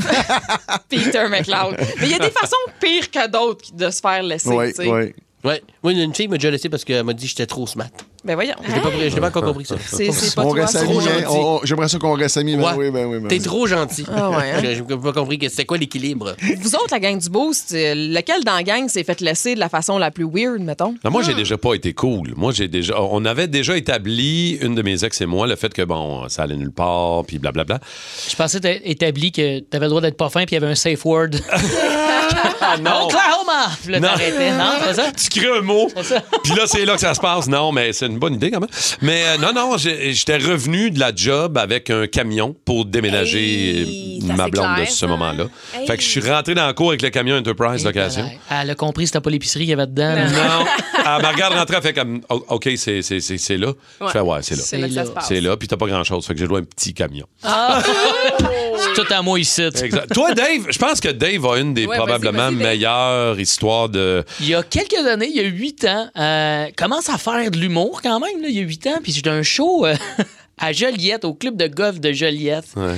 Speaker 13: Peter McLeod. Mais il y a des façons pires que d'autres de se faire laisser.
Speaker 14: Oui,
Speaker 13: tu sais.
Speaker 14: oui.
Speaker 11: Ouais. Moi, une fille m'a déjà laissé parce qu'elle m'a dit que j'étais trop smart.
Speaker 13: Ben voyons.
Speaker 11: Je l'ai pas, pris- je l'ai pas encore compris ça.
Speaker 13: C'est c'est pas
Speaker 14: On
Speaker 13: toi.
Speaker 14: reste
Speaker 13: c'est
Speaker 14: amis.
Speaker 13: trop
Speaker 14: hein.
Speaker 13: gentil.
Speaker 14: On- on- J'aimerais ça qu'on reste amis. Ben
Speaker 11: Ouais.
Speaker 14: oui, ben oui, ben
Speaker 11: T'es
Speaker 14: oui.
Speaker 11: trop gentil.
Speaker 13: Ah ouais, hein?
Speaker 11: Je- J'ai pas compris que c'était quoi l'équilibre.
Speaker 13: Vous autres, la gang du Boost, euh, lequel dans la gang s'est fait laisser de la façon la plus weird, mettons?
Speaker 1: Non, moi, j'ai déjà pas été cool. Moi, j'ai déjà. On avait déjà établi, une de mes ex et moi, le fait que, bon, ça allait nulle part, puis blablabla.
Speaker 3: Je pensais que t'as établi que t'avais le droit d'être pas fin puis il y avait un safe word.
Speaker 1: Ah
Speaker 3: Oklahoma! Puis là,
Speaker 1: Non.
Speaker 3: t'arrêtais, non? C'est ça?
Speaker 1: hein? Tu crées un mot, puis là, c'est là que ça se passe. Non, mais c'est une bonne idée quand même. Mais euh, non, non, j'ai- j'étais revenu de la job avec un camion pour déménager
Speaker 2: Hey, ça,
Speaker 1: ma
Speaker 2: c'est
Speaker 1: blonde
Speaker 2: clair,
Speaker 1: de ce
Speaker 2: ça.
Speaker 1: moment-là.
Speaker 2: Hey.
Speaker 1: Fait que je suis rentré dans la cour avec le camion Enterprise d'occasion.
Speaker 3: Elle a compris que c'était pas l'épicerie qu'il y avait dedans. là.
Speaker 1: Non, elle me regarde rentrer, elle fait comme, Oh, OK, c'est c'est- c'est- c'est là. Je fais, ouais, c'est là.
Speaker 2: C'est là que ça se passe.
Speaker 1: C'est là, puis t'as pas grand-chose. Fait que j'ai loué un petit camion.
Speaker 3: C'est tout à moi ici.
Speaker 11: Ben,
Speaker 1: Exact. Toi, Dave, je pense que Dave a une des
Speaker 2: Ouais, vas-y,
Speaker 1: probablement
Speaker 2: vas-y, Dave.
Speaker 1: meilleures histoires de.
Speaker 3: Il y a quelques années, il y a huit ans, euh, commence à faire de l'humour quand même, là, il y a huit ans. Puis j'étais à un show euh, à Joliette, au club de golf de Joliette. Euh,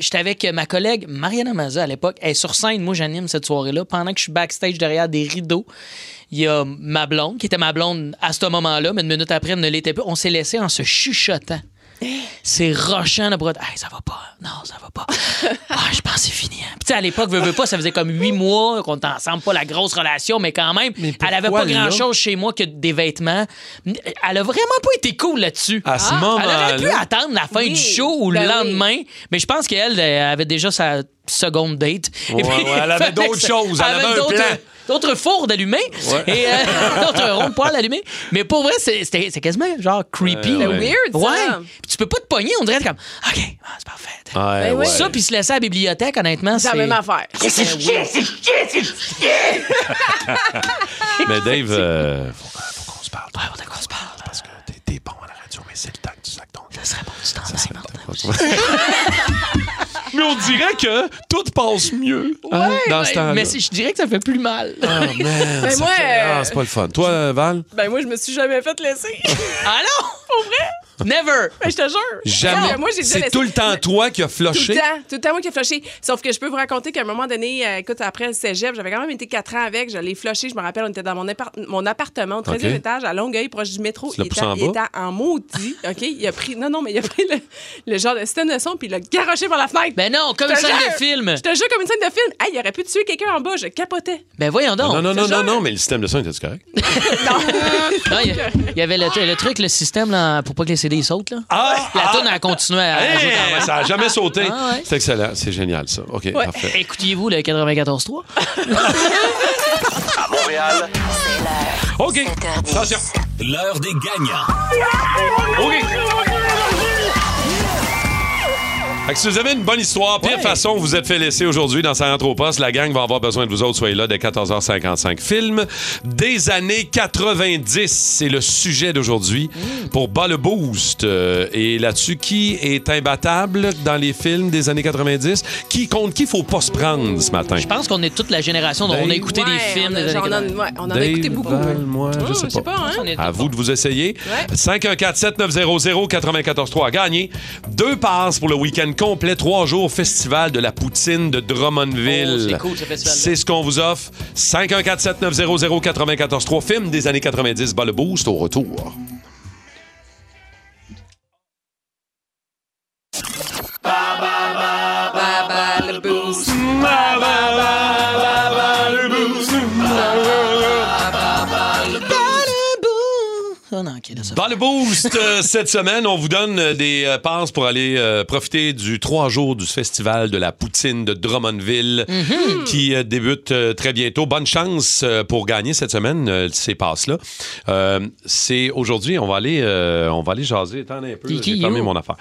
Speaker 3: j'étais avec ma collègue Mariana Maza à l'époque. Elle est sur scène, moi j'anime cette soirée-là. Pendant que je suis backstage derrière des rideaux, il y a ma blonde, qui était ma blonde à ce moment-là, mais une minute après, elle ne l'était plus. On s'est laissé en se chuchotant. C'est rochant, le bras. Hey, ça va pas. Non, ça va pas. Ah, je pense que c'est fini. hein. Puis, tu sais, à l'époque, veux, veux pas, ça faisait comme huit mois qu'on était ensemble, pas la grosse relation, mais quand même, elle avait
Speaker 1: pourquoi
Speaker 3: pas
Speaker 1: là?
Speaker 3: grand-chose chez moi que des vêtements. Elle a vraiment pas été cool là-dessus. Ah!
Speaker 1: À ce
Speaker 3: Elle aurait pu
Speaker 1: moment-là.
Speaker 3: attendre la fin
Speaker 2: Oui,
Speaker 3: du show ou
Speaker 2: ben
Speaker 3: le lendemain, mais je pense qu'elle euh, avait déjà sa seconde date.
Speaker 1: Ouais, ouais, elle avait d'autres choses, elle avait un
Speaker 3: d'autres- euh,
Speaker 1: plan.
Speaker 3: D'autres fours d'allumer et euh, d'autres ronds de poêle allumés. Mais pour vrai, c'est c'était- c'est quasiment genre creepy.
Speaker 1: Ouais,
Speaker 3: là.
Speaker 1: ouais.
Speaker 2: Weird, ça.
Speaker 3: Ouais. Puis tu peux pas te pogner, on dirait comme OK, ah, c'est parfait.
Speaker 1: Ouais,
Speaker 2: Ben oui.
Speaker 1: ouais.
Speaker 3: Ça, puis se laisser à la bibliothèque, honnêtement,
Speaker 2: C'est
Speaker 3: c'est.
Speaker 2: la même affaire. Ben
Speaker 1: Mais Dave, euh, faut, faut qu'on se parle.
Speaker 3: Ouais, bon, d'accord, on se parle.
Speaker 1: Parce que t'es- t'es bon à la radio, mais c'est le temps que tu sacs ton
Speaker 3: Ça serait bon, tu t'en ailles, Martin.
Speaker 1: Mais on dirait que tout passe mieux hein, dans ce temps-là.
Speaker 3: Mais c'est- je dirais que ça fait plus mal.
Speaker 1: Ah, man, ça
Speaker 2: moi,
Speaker 1: fait-
Speaker 2: euh,
Speaker 1: ah, c'est pas le fun. Toi, Val?
Speaker 2: Ben, moi, je me suis jamais fait laisser.
Speaker 3: Ah non!
Speaker 2: Pour vrai?
Speaker 3: Never!
Speaker 2: Mais je te jure!
Speaker 1: Jamais.
Speaker 2: Non, moi, j'ai déjà
Speaker 1: C'est
Speaker 2: laissé-
Speaker 1: tout le temps toi qui as
Speaker 2: Tout
Speaker 1: floché.
Speaker 2: le temps, tout le temps moi qui ai floché. Sauf que je peux vous raconter qu'à un moment donné, euh, écoute, après le cégep, j'avais quand même été quatre ans avec, je l'ai floché, je me rappelle, on était dans mon, appart- mon appartement au 13e
Speaker 1: Ok.
Speaker 2: étage à Longueuil, proche du métro.
Speaker 1: Tu l'as
Speaker 2: Il
Speaker 1: poussé
Speaker 2: était,
Speaker 1: en
Speaker 2: il
Speaker 1: bas?
Speaker 2: était en maudit, OK? Il a pris, non, non, mais il a pris le, le genre de scène de son puis il l'a garoché par la fenètre.
Speaker 3: Ben non, comme
Speaker 2: Je te
Speaker 3: une scène de
Speaker 2: jure!
Speaker 3: film.
Speaker 1: Ben,
Speaker 2: Je te jure, comme une scène de film. Hey, il aurait pu tuer quelqu'un en bas, je capotais.
Speaker 3: Ben voyons donc.
Speaker 1: Non, non, non, non, non, mais le système de son était correct.
Speaker 3: Non, il y, a- il y avait le, le truc, le système là, pour pas que les CD sautent. Là.
Speaker 2: Ah.
Speaker 3: la toune a continué à, à jouer quand
Speaker 1: Hey,
Speaker 3: même.
Speaker 1: Ah, ça n'a jamais sauté.
Speaker 3: Ah ouais.
Speaker 1: C'est excellent. C'est génial, ça. OK,
Speaker 3: Ouais.
Speaker 1: parfait.
Speaker 3: Écoutiez-vous le 94-3?
Speaker 5: À Montréal.
Speaker 1: OK. Attention.
Speaker 5: L'heure des gagnants.
Speaker 1: Fait que si vous avez une bonne histoire, pire façon, vous êtes fait laisser aujourd'hui dans sa rentre au poste, la gang va avoir besoin de vous autres. Soyez là dès 14h55. Film des années 90, c'est le sujet d'aujourd'hui
Speaker 3: Mm.
Speaker 1: pour Bas le Boost. Euh, et là-dessus, qui est imbattable dans les films des années 90? Qui compte qui faut pas se prendre ce matin?
Speaker 3: Je pense qu'on est toute la génération dont
Speaker 1: Ben
Speaker 3: on a écouté des films
Speaker 2: on a-
Speaker 3: des années
Speaker 2: on en,
Speaker 3: 90.
Speaker 2: ouais, on en a écouté
Speaker 1: Dave,
Speaker 2: beaucoup.
Speaker 1: Val, moi, je
Speaker 2: Hum,
Speaker 1: sais
Speaker 2: je sais
Speaker 1: pas.
Speaker 2: pas, hein?
Speaker 3: On est
Speaker 1: À vous de vous essayer. 514-7900-943 gagné. Deux passes pour le week-end complet, trois jours au Festival de la Poutine de Drummondville.
Speaker 3: Oh, c'est cool, ce festival-là.
Speaker 1: C'est ce qu'on vous offre. 514-7900-943 film des années 90, bas le boost au retour.
Speaker 3: Oh non, ok, là, ça-
Speaker 1: Dans le boost euh, cette semaine, on vous donne euh, des euh, passes pour aller euh, profiter du trois jours du festival de la poutine de Drummondville qui euh, débute euh, très bientôt. Bonne chance euh, pour gagner cette semaine euh, ces passes là. c'est aujourd'hui, on va aller euh, on va aller jaser Attends un peu,
Speaker 3: Qui- qui,
Speaker 1: j'ai fermé
Speaker 3: yo?
Speaker 1: mon affaire.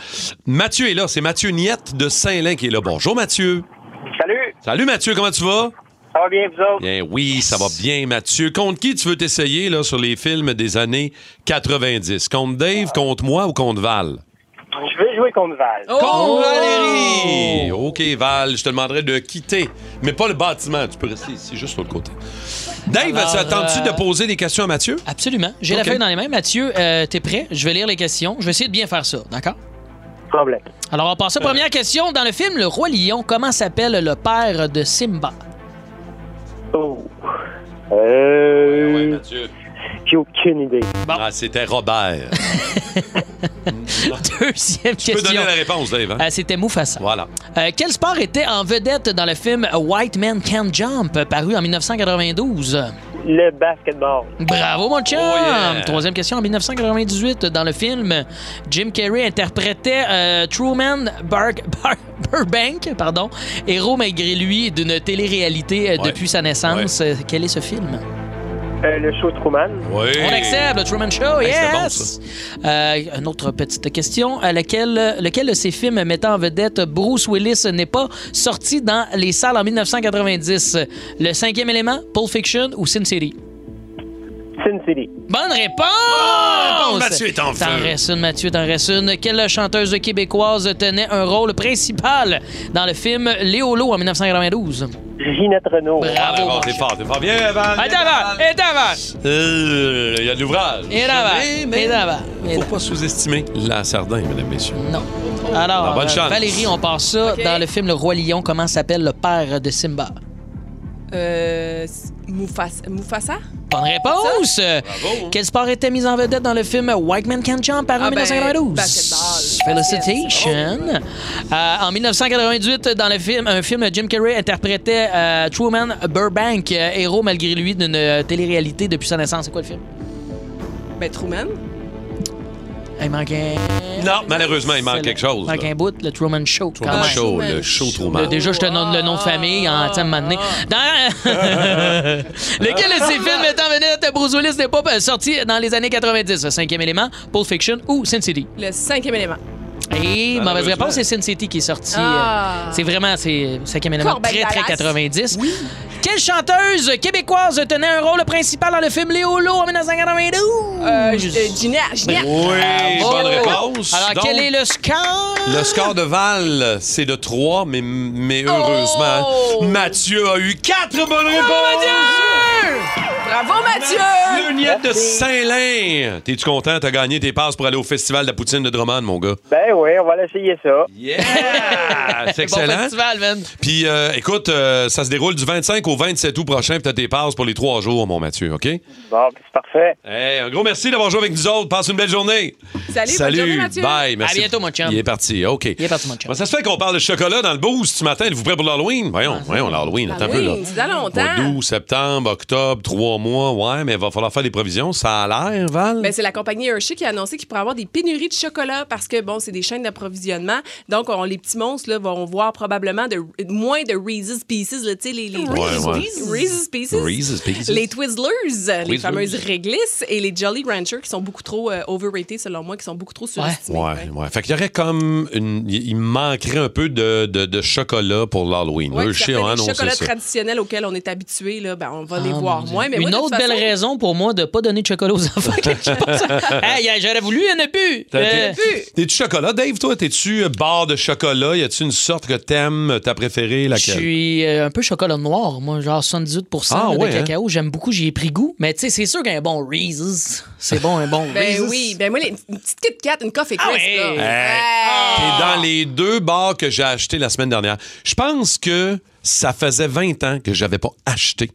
Speaker 1: Mathieu est là, c'est Mathieu Niette de Saint-Lin qui est là. Bonjour Mathieu.
Speaker 6: Salut,
Speaker 1: Salut Mathieu, comment tu vas
Speaker 6: ça va bien, vous autres?
Speaker 1: Bien oui, ça va bien Mathieu. Contre qui tu veux t'essayer là sur les films des années 90 Contre Dave, contre moi ou contre Val
Speaker 6: Je vais jouer contre Val.
Speaker 1: Oh.
Speaker 3: Oh!
Speaker 1: Contre Valérie! OK, Val, je te demanderai de quitter, mais pas le bâtiment. Tu peux rester ici, juste sur le côté. Dave,
Speaker 3: Alors,
Speaker 1: ça tente-tu
Speaker 3: euh,
Speaker 1: de poser des questions à Mathieu?
Speaker 3: Absolument. J'ai la
Speaker 1: Ok.
Speaker 3: feuille dans les mains. Mathieu, euh, t'es prêt? Je vais lire les questions. Je vais essayer de bien faire ça, d'accord?
Speaker 6: Problème.
Speaker 3: Alors, on passe
Speaker 1: Euh.
Speaker 3: à la première question. Dans le film Le Roi Lion, comment s'appelle le père de Simba?
Speaker 6: Oh. Euh.
Speaker 1: Mathieu.
Speaker 6: J'ai aucune idée.
Speaker 1: Ah, c'était Robert.
Speaker 3: Deuxième
Speaker 1: tu peux
Speaker 3: question.
Speaker 1: donner la réponse, Dave. hein?
Speaker 3: Euh, C'était Mufasa.
Speaker 1: Voilà.
Speaker 3: Euh, quel sport était en vedette dans le film White Man Can't Jump, paru en 1992?
Speaker 6: Le basketball.
Speaker 3: Bravo, mon chum!
Speaker 1: Oh, yeah.
Speaker 3: Troisième question. En 1998, dans le film, Jim Carrey interprétait euh, Truman Bar- Bar- Burbank, pardon, héros malgré lui d'une télé-réalité euh,
Speaker 1: Ouais.
Speaker 3: depuis sa naissance. Euh, Quel est ce film?
Speaker 6: Euh, le show Truman.
Speaker 1: Oui.
Speaker 3: On accepte, le Truman Show,
Speaker 1: Hey, c'était bon,
Speaker 3: yes! Euh, une autre petite question. À laquelle, lequel de ces films mettant en vedette Bruce Willis n'est pas sorti dans les salles en 1990? Le cinquième élément, Pulp Fiction ou Sin City?
Speaker 6: Sin City.
Speaker 3: Bonne réponse!
Speaker 1: bon, Oh, Mathieu est en feu.
Speaker 3: T'en restes une, Mathieu, t'en restes une. Quelle chanteuse québécoise tenait un rôle principal dans le film Léolo en 1992?
Speaker 6: Ginette Renault.
Speaker 1: Ah, bon, t'es fort, t'es fort. Viens, Val.
Speaker 3: Et
Speaker 1: viens,
Speaker 3: d'avant!
Speaker 1: Val.
Speaker 3: Et d'avant!
Speaker 1: Euh, Il y a de l'ouvrage.
Speaker 3: Et d'avant! Et d'avant! Et
Speaker 1: Faut
Speaker 3: d'avant.
Speaker 1: pas sous-estimer la sardine, mesdames, messieurs.
Speaker 3: Non. Alors,
Speaker 1: Ah, bonne
Speaker 3: euh,
Speaker 1: chance.
Speaker 3: Valérie, on part ça
Speaker 2: Ok.
Speaker 3: dans le film Le Roi Lion. Comment s'appelle le père de Simba?
Speaker 2: Euh, s- Mufasa. Mufasa?
Speaker 3: Bonne réponse!
Speaker 1: Bravo.
Speaker 3: Quel sport était mis en vedette dans le film White Man Can't Jump par
Speaker 2: Ah ben,
Speaker 3: 1992?
Speaker 2: basketball.
Speaker 3: Félicitations! Euh, en 1998, dans le film, un film, Jim Carrey interprétait euh, Truman Burbank, euh, héros malgré lui d'une euh, télé-réalité depuis sa naissance. C'est quoi le film?
Speaker 2: Ben, Truman.
Speaker 3: Il manque un...
Speaker 1: Non, malheureusement, il manque
Speaker 3: C'est
Speaker 1: quelque
Speaker 3: le-
Speaker 1: chose,
Speaker 3: Il manque
Speaker 1: là.
Speaker 3: un bout, le Truman Show.
Speaker 1: Truman
Speaker 3: quand même.
Speaker 1: Show, le show
Speaker 2: Ben
Speaker 1: Truman.
Speaker 3: Le- déjà, je te donne le nom de famille en tiens, m'amener. Dans... Lequel de ces films étant venu de Bruce Willis n'est pas euh, sorti dans les années 90? Le cinquième élément, Pulp Fiction ou Sin City?
Speaker 2: Le cinquième élément.
Speaker 3: Et mauvaise
Speaker 1: Malheureusement.
Speaker 3: réponse, c'est Sin City qui est sorti.
Speaker 2: Ah.
Speaker 3: euh, C'est vraiment, c'est cinquième élément
Speaker 2: Corbeil
Speaker 3: très, très
Speaker 2: Dallas.
Speaker 3: 90. Quelle chanteuse québécoise tenait un rôle principal dans le film Léolo en 1992?
Speaker 2: Euh, G- euh, Ginette. Ginette.
Speaker 1: Oui, bonne
Speaker 3: Bravo.
Speaker 1: réponse.
Speaker 3: Alors,
Speaker 1: Donc,
Speaker 3: quel est le score?
Speaker 1: Le score de Val, c'est de 3, mais,
Speaker 3: Oh!
Speaker 1: mais heureusement,
Speaker 2: Oh!
Speaker 1: Mathieu a eu 4 bonnes réponses.
Speaker 2: Bravo, Mathieu!
Speaker 1: Lunette de Saint-Lin! T'es-tu content? T'as gagné tes passes pour aller au Festival de la Poutine de Drummond, mon gars.
Speaker 6: Ben oui, on va l'essayer ça.
Speaker 1: Ah, c'est
Speaker 6: Bon
Speaker 1: excellent.
Speaker 6: festival,
Speaker 1: Puis, euh, écoute, euh, ça se déroule du 25 au 27 août prochain. Puis, t'as tes passes pour les trois jours, mon Mathieu, OK?
Speaker 6: Bon, c'est parfait.
Speaker 1: Hey, un gros merci d'avoir joué avec nous autres. Passe une belle journée.
Speaker 6: Salut, bonne journée, Mathieu.
Speaker 1: Bye.
Speaker 6: À
Speaker 1: Merci.
Speaker 6: bientôt, mon chum.
Speaker 1: Il est parti. OK. Il est parti, mon chum. ça se fait qu'on parle de chocolat dans le boost ce matin. Êtes-vous prêts pour l'Halloween? Voyons, voyons, l'Halloween. Attends un peu, là.
Speaker 2: Oui, c'est dans
Speaker 1: Mois
Speaker 2: longtemps.
Speaker 1: d'août, septembre, octobre, trois mois. Ouais, mais il va falloir faire des provisions. Ça a l'air, Val?
Speaker 2: Ben, c'est la compagnie Hershey qui a annoncé qu'il pourrait avoir des pénuries de chocolat parce que, bon, c'est des chaînes d'approvisionnement. Donc, on- les petits monstres là, vont voir probablement de, moins de Reese's Pieces, là, tu sais, les, les
Speaker 1: Ouais, ouais.
Speaker 2: Reese's Pieces.
Speaker 1: Reese's Pieces.
Speaker 2: Les Twizzlers, les
Speaker 1: Twizzlers.
Speaker 2: fameuses réglisses et les Jolly Ranchers qui sont beaucoup trop euh, overrated, selon moi, qui sont beaucoup trop surestimés.
Speaker 1: Ouais, ouais. Fait qu'il y aurait comme une. Il il manquerait un peu de, de- de chocolat pour l'Halloween.
Speaker 2: Ouais,
Speaker 1: Hershey a
Speaker 2: certains des
Speaker 1: annoncé
Speaker 2: chocolats
Speaker 1: hein, ça.
Speaker 2: traditionnels auxquels on est habitué, là, ben, on va les
Speaker 3: Ah,
Speaker 2: voir
Speaker 3: mon Dieu.
Speaker 2: moins. Mais moi, de
Speaker 3: Une
Speaker 2: toute
Speaker 3: autre belle
Speaker 2: façon-
Speaker 3: raison pour moi de pas donner de chocolat aux enfants. quand je pense à- Hey, hey, j'aurais voulu, il n'y en a plus.
Speaker 1: T'as-
Speaker 3: Euh,
Speaker 1: t'es- T'es-tu chocolat, Dave, toi? T'es-tu euh, barre de chocolat? Y a-tu une sorte que t'aimes, ta préférée,
Speaker 3: Je
Speaker 1: laquelle?
Speaker 3: suis euh, un peu chocolat noir, moi, genre 78
Speaker 1: Ah,
Speaker 3: là,
Speaker 1: ouais,
Speaker 3: de
Speaker 1: hein?
Speaker 3: cacao. J'aime beaucoup, j'y ai pris goût. Mais tu sais, c'est sûr qu'un bon Reese's, c'est bon, un bon
Speaker 2: Ben
Speaker 3: Reese's.
Speaker 2: oui, ben moi, les- une petite Kit Kat, une Coffee
Speaker 1: Ah
Speaker 2: Crisp. là.
Speaker 1: Hey, T'es
Speaker 2: Ah.
Speaker 1: dans les deux bars que j'ai achetés la semaine dernière. Je pense que ça faisait 20 ans que j'avais pas acheté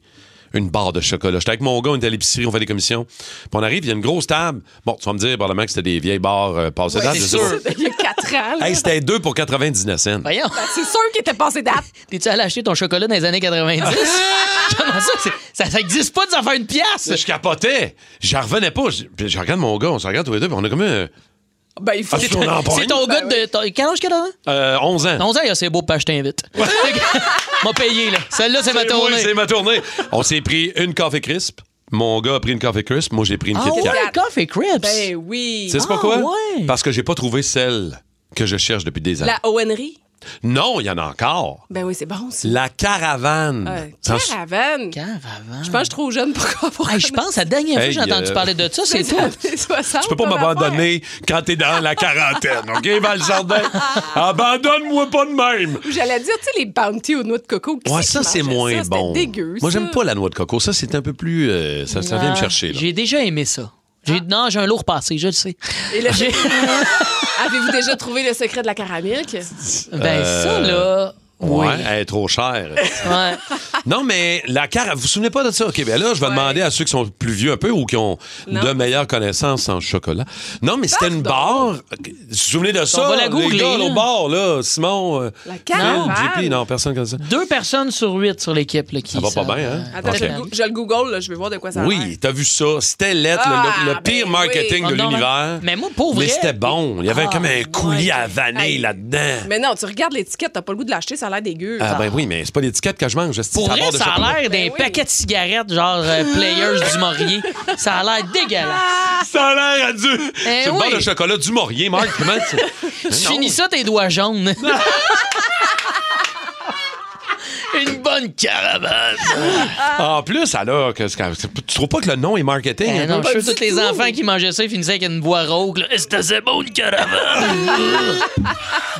Speaker 1: une barre de chocolat. J'étais avec mon gars, on était à l'épicerie, on fait des commissions. Puis on arrive, il y a une grosse table. Bon, tu vas me dire, probablement que c'était des vieilles barres euh, passées
Speaker 2: Ouais,
Speaker 1: date,
Speaker 2: c'est
Speaker 1: je sais
Speaker 2: sûr.
Speaker 1: pas.
Speaker 2: Il y a 4 ans. là.
Speaker 1: Hey, c'était 2 pour 99 cents.
Speaker 3: Voyons.
Speaker 2: C'est sûr qu'il était passé date.
Speaker 3: T'es-tu allé acheter ton chocolat dans les années 90? Comment ça? c'est- Ça, ça existe pas de s'en faire une pièce.
Speaker 1: Je capotais. J'en revenais pas. Je, puis je regarde mon gars, on se regarde tous les deux, puis on a comme euh,
Speaker 2: Ben, il
Speaker 1: faut- Ah, si on en
Speaker 3: C'est ton
Speaker 1: pogne.
Speaker 3: gars
Speaker 2: Ben
Speaker 3: de. ton- Quel âge qu'elle a?
Speaker 1: euh, 11 ans.
Speaker 3: 11 ans, il a ses beaux pages, je t'invite. M'a payé, là. Celle-là, c'est ma
Speaker 1: C'est moi,
Speaker 3: tournée.
Speaker 1: C'est ma tournée. On s'est pris une café crisp. Mon gars a pris une café crisp. Moi, j'ai pris une
Speaker 3: Ah
Speaker 1: Kit Kat.
Speaker 3: ouais, Coffee Crips.
Speaker 2: Ben oui.
Speaker 1: Tu sais c'est pourquoi?
Speaker 2: Ah,
Speaker 1: Parce que j'ai pas trouvé celle que je cherche depuis des années.
Speaker 2: La ONRI.
Speaker 1: Non, il y en a encore.
Speaker 2: Ben oui, c'est bon. ça.
Speaker 1: La caravane.
Speaker 2: Euh,
Speaker 1: T'en-
Speaker 2: caravane. Je pense que je suis trop jeune pour pour
Speaker 3: Hey, Ah, je pense, la dernière fois que
Speaker 1: Hey,
Speaker 3: j'ai entendu
Speaker 1: euh,
Speaker 3: parler de ça, c'est toi.
Speaker 1: Tu peux pas m'abandonner quand t'es dans la quarantaine, OK, Valjardin? Abandonne-moi pas de même!
Speaker 2: J'allais dire, tu sais, les bounty aux noix de coco. qui
Speaker 1: Ouais,
Speaker 2: c'est
Speaker 1: ça,
Speaker 2: qui
Speaker 1: c'est
Speaker 2: mangeait
Speaker 1: moins
Speaker 2: ça? C'était
Speaker 1: bon.
Speaker 2: dégueu.
Speaker 1: Moi,
Speaker 2: ça.
Speaker 1: j'aime pas la noix de coco. Ça, c'est un peu plus. euh, ça, ça vient me chercher, là. Ah.
Speaker 3: J'ai déjà aimé ça. J'ai- Non, j'ai un lourd passé, je le sais.
Speaker 2: Et là, j'ai- Avez-vous déjà trouvé le secret de la caramilk?
Speaker 3: Ben, ça, là.
Speaker 1: Euh, Ouais, elle est trop chère.
Speaker 3: Ouais.
Speaker 1: non, mais la caravane, vous vous souvenez pas de ça? OK, ben là, je vais demander à ceux qui sont plus vieux un peu ou qui ont
Speaker 3: Non.
Speaker 1: de meilleures connaissances en chocolat. Non, mais c'était une barre. Vous vous souvenez de ça?
Speaker 3: va la
Speaker 1: les
Speaker 3: googler,
Speaker 1: gars, là,
Speaker 3: là.
Speaker 1: au bar, là, Simon. euh,
Speaker 2: La
Speaker 1: Phil,
Speaker 2: caravane.
Speaker 1: JP, non, personne comme ça.
Speaker 3: Deux personnes sur huit sur l'équipe là, qui.
Speaker 1: Ça va pas bien, hein?
Speaker 2: Attends,
Speaker 1: OK.
Speaker 2: je, le, goo- je le Google, là, je vais voir de quoi ça a l'air.
Speaker 1: Oui, t'as vu ça. C'était lettre, le-
Speaker 2: Ah,
Speaker 1: le, le pire
Speaker 2: ben
Speaker 1: marketing
Speaker 2: oui.
Speaker 1: de
Speaker 2: Oh, non,
Speaker 1: l'univers.
Speaker 2: mais- mais moi, pour vrai-
Speaker 1: Mais c'était bon. Il y avait
Speaker 2: Ah,
Speaker 1: comme un coulis à vanille
Speaker 2: Hey.
Speaker 1: là-dedans.
Speaker 2: Mais non, tu regardes l'étiquette, t'as pas le goût de l'acheter, ça a l'air dégueu.
Speaker 1: Ah, ben oui, mais c'est pas l'étiquette que je mange. c'est
Speaker 3: Pour
Speaker 1: la
Speaker 3: vrai,
Speaker 1: barre de
Speaker 3: ça
Speaker 1: chocolat.
Speaker 3: a l'air d'un paquet de cigarettes, genre euh, Players du Maurier. Ça a l'air dégueulasse.
Speaker 1: Ça a l'air à Dieu.
Speaker 3: Eh
Speaker 1: c'est une
Speaker 3: oui.
Speaker 1: barre de chocolat du Maurier, Marc. Comment tu...
Speaker 3: Tu
Speaker 1: Non.
Speaker 3: finis ça, tes doigts jaunes. Une bonne caravane.
Speaker 1: Ah, En plus, alors, que, c'est quand- tu trouves pas que le nom est marketing?
Speaker 3: Eh
Speaker 1: un
Speaker 3: non,
Speaker 1: peu?
Speaker 3: je suis sûr que tous les enfants qui mangeaient ça, ils finissaient avec une voix rauque. là. Est-ce que c'est bon, une caravane?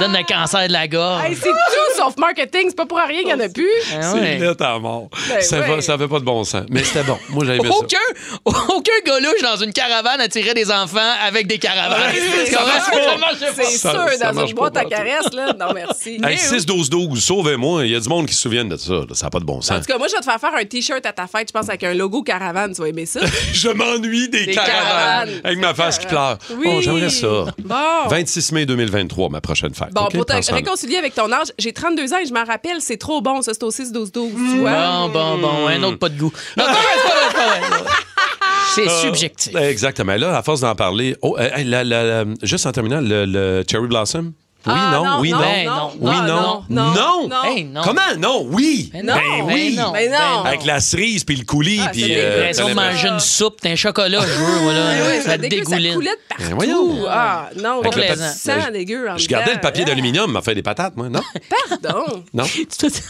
Speaker 3: Donne le cancer de la gorge. Ben
Speaker 2: Hey, c'est tout sauf marketing, c'est pas pour rien qu'il y en a plus.
Speaker 1: C'est lettre à mort.
Speaker 2: Ben
Speaker 1: ça, va-
Speaker 2: ouais.
Speaker 1: ça fait pas de bon sens. Mais c'était bon. Moi, j'avais ça.
Speaker 3: Aucun, aucun gars-louche dans une caravane attirait des enfants avec des caravanes.
Speaker 2: C'est
Speaker 3: Comment
Speaker 2: sûr,
Speaker 3: ça marche pas?
Speaker 2: C'est
Speaker 1: Ça-
Speaker 2: sûr,
Speaker 1: ça
Speaker 2: dans
Speaker 1: marche
Speaker 2: une boîte
Speaker 1: pas
Speaker 2: à caresses, là. Non, merci.
Speaker 1: Hey, 6-12-12, sauvez-moi. Il y a du monde qui se souviennent de ça. là. Ça n'a pas de bon
Speaker 2: hein. En
Speaker 1: sens.
Speaker 2: tout cas, moi, je vais te faire faire un T-shirt à ta fête, je pense, avec un logo caravane. Tu vas aimer ça.
Speaker 1: Je m'ennuie des,
Speaker 2: Des
Speaker 1: caravanes.
Speaker 2: caravanes.
Speaker 1: Avec ma face qui pleure.
Speaker 2: Oui.
Speaker 1: Oh, j'aimerais ça.
Speaker 2: Bon.
Speaker 1: 26 mai 2023, ma prochaine fête.
Speaker 2: Bon,
Speaker 1: OK?
Speaker 2: pour te
Speaker 1: Pense en-
Speaker 2: réconcilier avec ton âge, j'ai 32 ans et je m'en rappelle, c'est trop bon, ça, c'est au 6-12-12. tu vois.
Speaker 3: Bon, bon, bon, un autre pas de goût. Non, c'est pas vrai, c'est pas vrai, c'est pas vrai. C'est
Speaker 1: Ah,
Speaker 3: subjectif.
Speaker 1: Exactement. Là, à force d'en parler, oh, euh, hey, la- la- la- juste en terminant, le, le Cherry Blossom. Oui,
Speaker 2: Ah,
Speaker 1: non,
Speaker 2: non,
Speaker 1: oui,
Speaker 2: non,
Speaker 1: non.
Speaker 2: Ben, non,
Speaker 1: Oui,
Speaker 2: non,
Speaker 1: non.
Speaker 2: non, non, non.
Speaker 3: Hey, non.
Speaker 1: Comment non? Oui.
Speaker 3: Ben non, ben
Speaker 1: oui.
Speaker 3: non, ben non.
Speaker 1: Avec la cerise puis le coulis.
Speaker 3: Ah,
Speaker 1: puis,
Speaker 3: J'ai
Speaker 1: euh,
Speaker 3: l'impression de
Speaker 1: t'as
Speaker 3: manger une soupe, t'as un chocolat, je veux,
Speaker 2: Ben
Speaker 3: voilà.
Speaker 2: oui,
Speaker 3: Ça
Speaker 2: dégueu, ça
Speaker 3: dégouline.
Speaker 2: coulait de partout.
Speaker 1: Ben voyons.
Speaker 2: Ah, non,
Speaker 1: Avec le
Speaker 2: le
Speaker 1: pa-
Speaker 2: sang dégueu en
Speaker 1: Je gardais
Speaker 2: dedans. hein.
Speaker 1: le papier d'aluminium, m'a fait des patates, moi, non?
Speaker 2: Pardon.
Speaker 1: Non?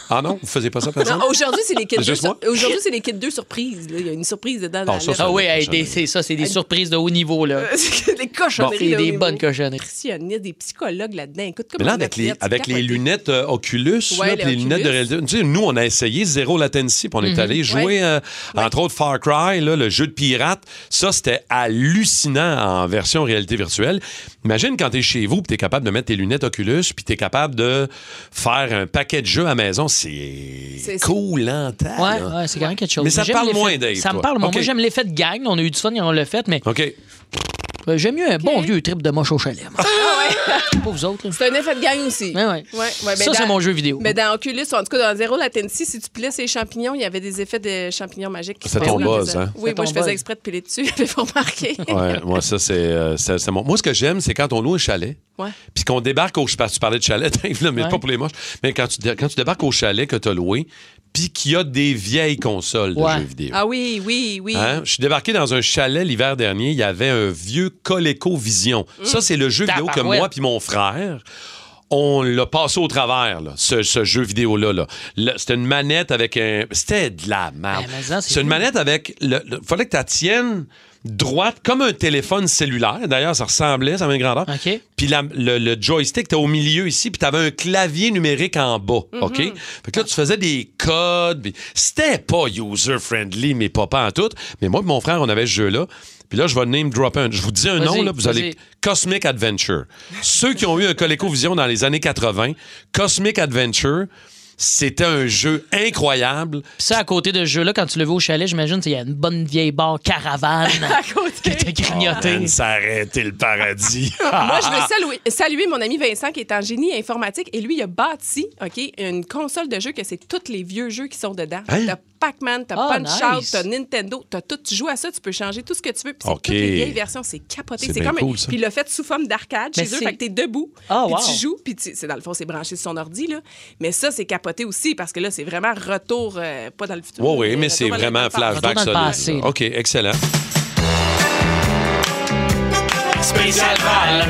Speaker 1: ah non, vous faisiez pas ça, personne?
Speaker 2: Non, aujourd'hui, c'est les kits 2
Speaker 1: Juste moi?
Speaker 2: Aujourd'hui, c'est les kits 2 surprises. là. Il y a une surprise dedans. dans
Speaker 3: Ah,
Speaker 2: la
Speaker 3: ça,
Speaker 2: lettre.
Speaker 3: ah oui, hey, des- c'est ça, c'est des surprises de haut niveau, là.
Speaker 2: des cochonneries.
Speaker 3: C'est
Speaker 2: là, au
Speaker 3: des
Speaker 2: niveau.
Speaker 3: bonnes cochonneries.
Speaker 2: impressionniste, des psychologues là-dedans, dedans. Écoute, comme
Speaker 1: Mais là,
Speaker 2: un
Speaker 1: avec les,
Speaker 2: athlète,
Speaker 1: avec les
Speaker 2: capoté.
Speaker 1: lunettes euh, Oculus,
Speaker 2: Ouais,
Speaker 1: là,
Speaker 2: les
Speaker 1: puis les lunettes de
Speaker 2: Oculus.
Speaker 1: réalité. tu sais, nous, on a essayé Zero Latency, puis on est
Speaker 2: Mhm.
Speaker 1: allé jouer,
Speaker 2: Ouais.
Speaker 1: euh, entre autres, Far Cry, là, le jeu de pirate. Ça, c'était hallucinant en version réalité virtuelle. Imagine quand t'es chez vous, puis t'es capable de mettre tes lunettes Oculus, puis t'es capable de faire un paquet de jeux à la maison. C'est cool, hein?
Speaker 2: Ah,
Speaker 1: t'as,
Speaker 3: Ouais,
Speaker 1: là.
Speaker 3: ouais, c'est quand même quelque chose.
Speaker 1: Mais ça te
Speaker 3: J'aime
Speaker 1: parle
Speaker 3: l'effet-
Speaker 1: moins, Dave,
Speaker 3: Ça me
Speaker 1: toi.
Speaker 3: parle moins.
Speaker 1: OK.
Speaker 3: Moi, j'aime l'effet de gang. On a eu du fun, on l'a fait, mais.
Speaker 1: OK.
Speaker 3: Euh, J'aime mieux un bon vieux trip de moche au chalet. moi.
Speaker 2: Ah
Speaker 3: Pas vous autres, là.
Speaker 2: C'est un effet de gang aussi.
Speaker 3: Ouais, ouais. Ça, c'est mon jeu vidéo.
Speaker 2: Mais dans Oculus, en tout cas dans Zero Latency, si tu pilais ces champignons, il y avait des effets de champignons magiques. qui
Speaker 1: C'est
Speaker 2: se
Speaker 1: ton
Speaker 2: passaient dans
Speaker 1: buzz,
Speaker 2: les ailes.
Speaker 1: hein?
Speaker 2: Oui,
Speaker 3: C'est
Speaker 2: moi,
Speaker 3: ton
Speaker 2: je faisais
Speaker 3: buzz.
Speaker 2: exprès de piler dessus, j'avais remarqué.
Speaker 1: Ouais, moi, ça, c'est euh, c'est- c'est mon- Moi, ce que j'aime, c'est quand on loue un chalet,
Speaker 2: Ouais.
Speaker 1: puis qu'on débarque au. Je par- tu parlais de chalet, Dave, là, mais
Speaker 2: Ouais.
Speaker 1: pas pour les moches. Mais quand tu, dé- quand tu débarques au chalet que tu as loué, puis qu'il y a des vieilles consoles de
Speaker 2: Ouais.
Speaker 1: jeux vidéo.
Speaker 2: Ah oui, oui, oui.
Speaker 1: Hein? Je suis débarqué dans un chalet l'hiver dernier. Il y avait un vieux Coleco Vision. Ça, c'est le jeu vidéo que
Speaker 3: Mm. Tabarouette.
Speaker 1: moi puis mon frère. On l'a passé au travers, là, ce, ce jeu vidéo-là. là. Le- C'était une manette avec un. C'était de la merde.
Speaker 3: Ben, mais ça, c'est
Speaker 1: c'est une
Speaker 3: fou.
Speaker 1: manette avec. Il fallait que tu la tiennes droite, comme un téléphone cellulaire. D'ailleurs, ça ressemblait, ça avait une grandeur. Puis la- le, le joystick, était au milieu ici, puis tu avais un clavier numérique en bas.
Speaker 3: Mm-hmm.
Speaker 1: OK? Fait que là, tu faisais des codes. puis C'était pas user-friendly, mais pas pas en tout. Mais moi et mon frère, on avait ce jeu-là. Puis là, je vais name dropper un. Je vous dis un
Speaker 3: Vas-y,
Speaker 1: nom, là, vous
Speaker 3: vas-y.
Speaker 1: allez. Cosmic Adventure. Ceux qui ont eu un ColecoVision dans les années 80, Cosmic Adventure, c'était un jeu incroyable.
Speaker 3: Puis ça, à côté de ce jeu-là, quand tu le vois au chalet, j'imagine il y a une bonne vieille barre caravane
Speaker 2: Ah,
Speaker 3: que t'as
Speaker 1: Oh,
Speaker 3: grignoté.
Speaker 1: man, ça a arrêté le paradis.
Speaker 2: Moi, je veux saluer, saluer mon ami Vincent qui est en génie informatique et lui, il a bâti OK, une console de jeu que c'est tous les vieux jeux qui sont dedans.
Speaker 1: Hein?
Speaker 2: T'as Pac-Man, t'as
Speaker 3: Ah,
Speaker 2: Punch-Out,
Speaker 3: nice.
Speaker 2: t'as Nintendo, t'as tout. Tu joues à ça, tu peux changer tout ce que tu veux. Puis c'est
Speaker 1: OK.
Speaker 2: toutes les vieilles versions, c'est capoté.
Speaker 1: C'est
Speaker 2: C'est
Speaker 1: bien
Speaker 2: comme un-
Speaker 1: cool, ça.
Speaker 2: Puis il l'a fait sous forme d'arcade
Speaker 3: Mais
Speaker 2: chez eux.
Speaker 3: c'est-
Speaker 2: Fait que t'es debout,
Speaker 3: Ah,
Speaker 2: puis
Speaker 3: wow.
Speaker 2: tu joues, puis tu- c'est dans le fond, c'est branché sur son ordi. Là. Mais ça, c'est capoté aussi parce que là, c'est vraiment retour, euh, pas dans le futur.
Speaker 1: Oui, oui, mais c'est
Speaker 2: retour à
Speaker 1: vraiment
Speaker 2: l'enfance.
Speaker 1: flashback
Speaker 3: Retour dans le
Speaker 1: solide.
Speaker 3: passé.
Speaker 1: là. OK, excellent.
Speaker 5: Spécial Val.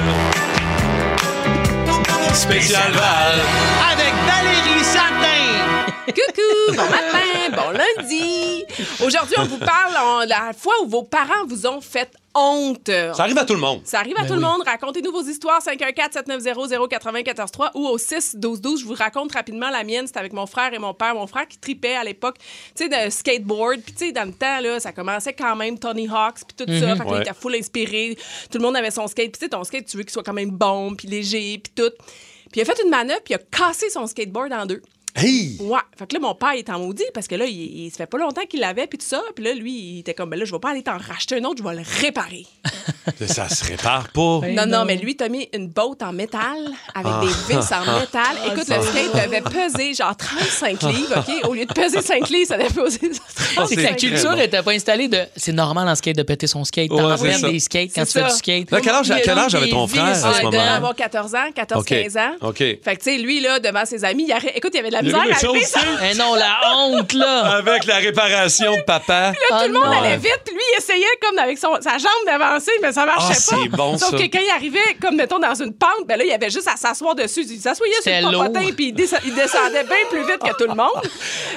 Speaker 5: Spécial Val.
Speaker 1: Ah,
Speaker 8: Avec Valérie Santin.
Speaker 2: Coucou, bon matin, bon lundi. Aujourd'hui, on vous parle en- la fois où vos parents vous ont fait honte.
Speaker 1: Ça arrive à tout le monde.
Speaker 2: Ça arrive à
Speaker 1: Ben
Speaker 2: tout le
Speaker 1: oui.
Speaker 2: monde. Racontez-nous vos histoires 514 790 0943 ou au 6 12 12. Je vous raconte rapidement la mienne. C'était avec mon frère et mon père. Mon frère qui tripait à l'époque, tu sais, de skateboard. Puis tu sais, dans le temps là, ça commençait quand même Tony Hawk's puis tout ça.
Speaker 3: Mhm.
Speaker 2: Fait que là, il
Speaker 3: Ouais.
Speaker 2: était full inspiré. Tout le monde avait son skate. Puis tu sais, ton skate, tu veux qu'il soit quand même bon, puis léger, puis tout. Puis il a fait une manœuvre, puis il a cassé son skateboard en deux.
Speaker 1: Hey!
Speaker 2: Ouais. Fait que là, mon père il est en maudit parce que là, il, il- ça fait pas longtemps qu'il l'avait, puis tout ça. Puis là, lui, il était comme, ben là, je vais pas aller t'en racheter un autre, je vais le réparer.
Speaker 1: Ça se répare pas.
Speaker 3: Ben
Speaker 2: non, non, mais lui, t'as mis une botte en métal avec
Speaker 1: Ah.
Speaker 2: des vis en métal.
Speaker 3: Ah,
Speaker 2: Écoute,
Speaker 3: ça.
Speaker 2: le skate devait peser genre 35 livres, OK? Au lieu de peser 5 livres, ça devait peser
Speaker 1: Ah,
Speaker 2: 35
Speaker 3: C'est que la culture
Speaker 2: livres.
Speaker 3: n'était pas installée de. C'est normal en skate de péter son skate.
Speaker 1: Ouais,
Speaker 3: T'en
Speaker 1: c'est
Speaker 3: ramènes
Speaker 1: ça.
Speaker 3: des skates quand tu
Speaker 2: C'est
Speaker 3: fais du
Speaker 2: ça.
Speaker 3: skate.
Speaker 1: Là, quel âge- à quel âge avait ton frère à ce
Speaker 2: Ah, Il devait
Speaker 1: moment-là?
Speaker 2: avoir 14 ans, 14-15
Speaker 1: hein? OK.
Speaker 2: ans.
Speaker 1: OK.
Speaker 2: Fait que, tu sais, lui, là, devant ses amis, il arrête- écoute, il y avait de la
Speaker 1: Il y
Speaker 2: misère
Speaker 1: avait
Speaker 2: à
Speaker 1: des
Speaker 2: lever
Speaker 1: choses,
Speaker 2: sa-
Speaker 1: tu
Speaker 3: Eh non, la honte, là! Ah,
Speaker 1: Avec la réparation de papa.
Speaker 2: Puis là, Ah, tout le monde
Speaker 1: Ouais.
Speaker 2: allait vite. Puis lui, il essayait comme avec son- sa jambe d'avancer, mais ça marchait
Speaker 1: Ah,
Speaker 2: pas.
Speaker 1: c'est bon,
Speaker 2: Sauf
Speaker 1: ça.
Speaker 2: que quand il arrivait, comme mettons, dans une pente, ben là, il avait juste à s'asseoir dessus. Il s'assoyait sur
Speaker 3: C'était
Speaker 2: le popotin,
Speaker 3: lourd.
Speaker 2: puis il, desa- il descendait bien plus vite que tout le monde.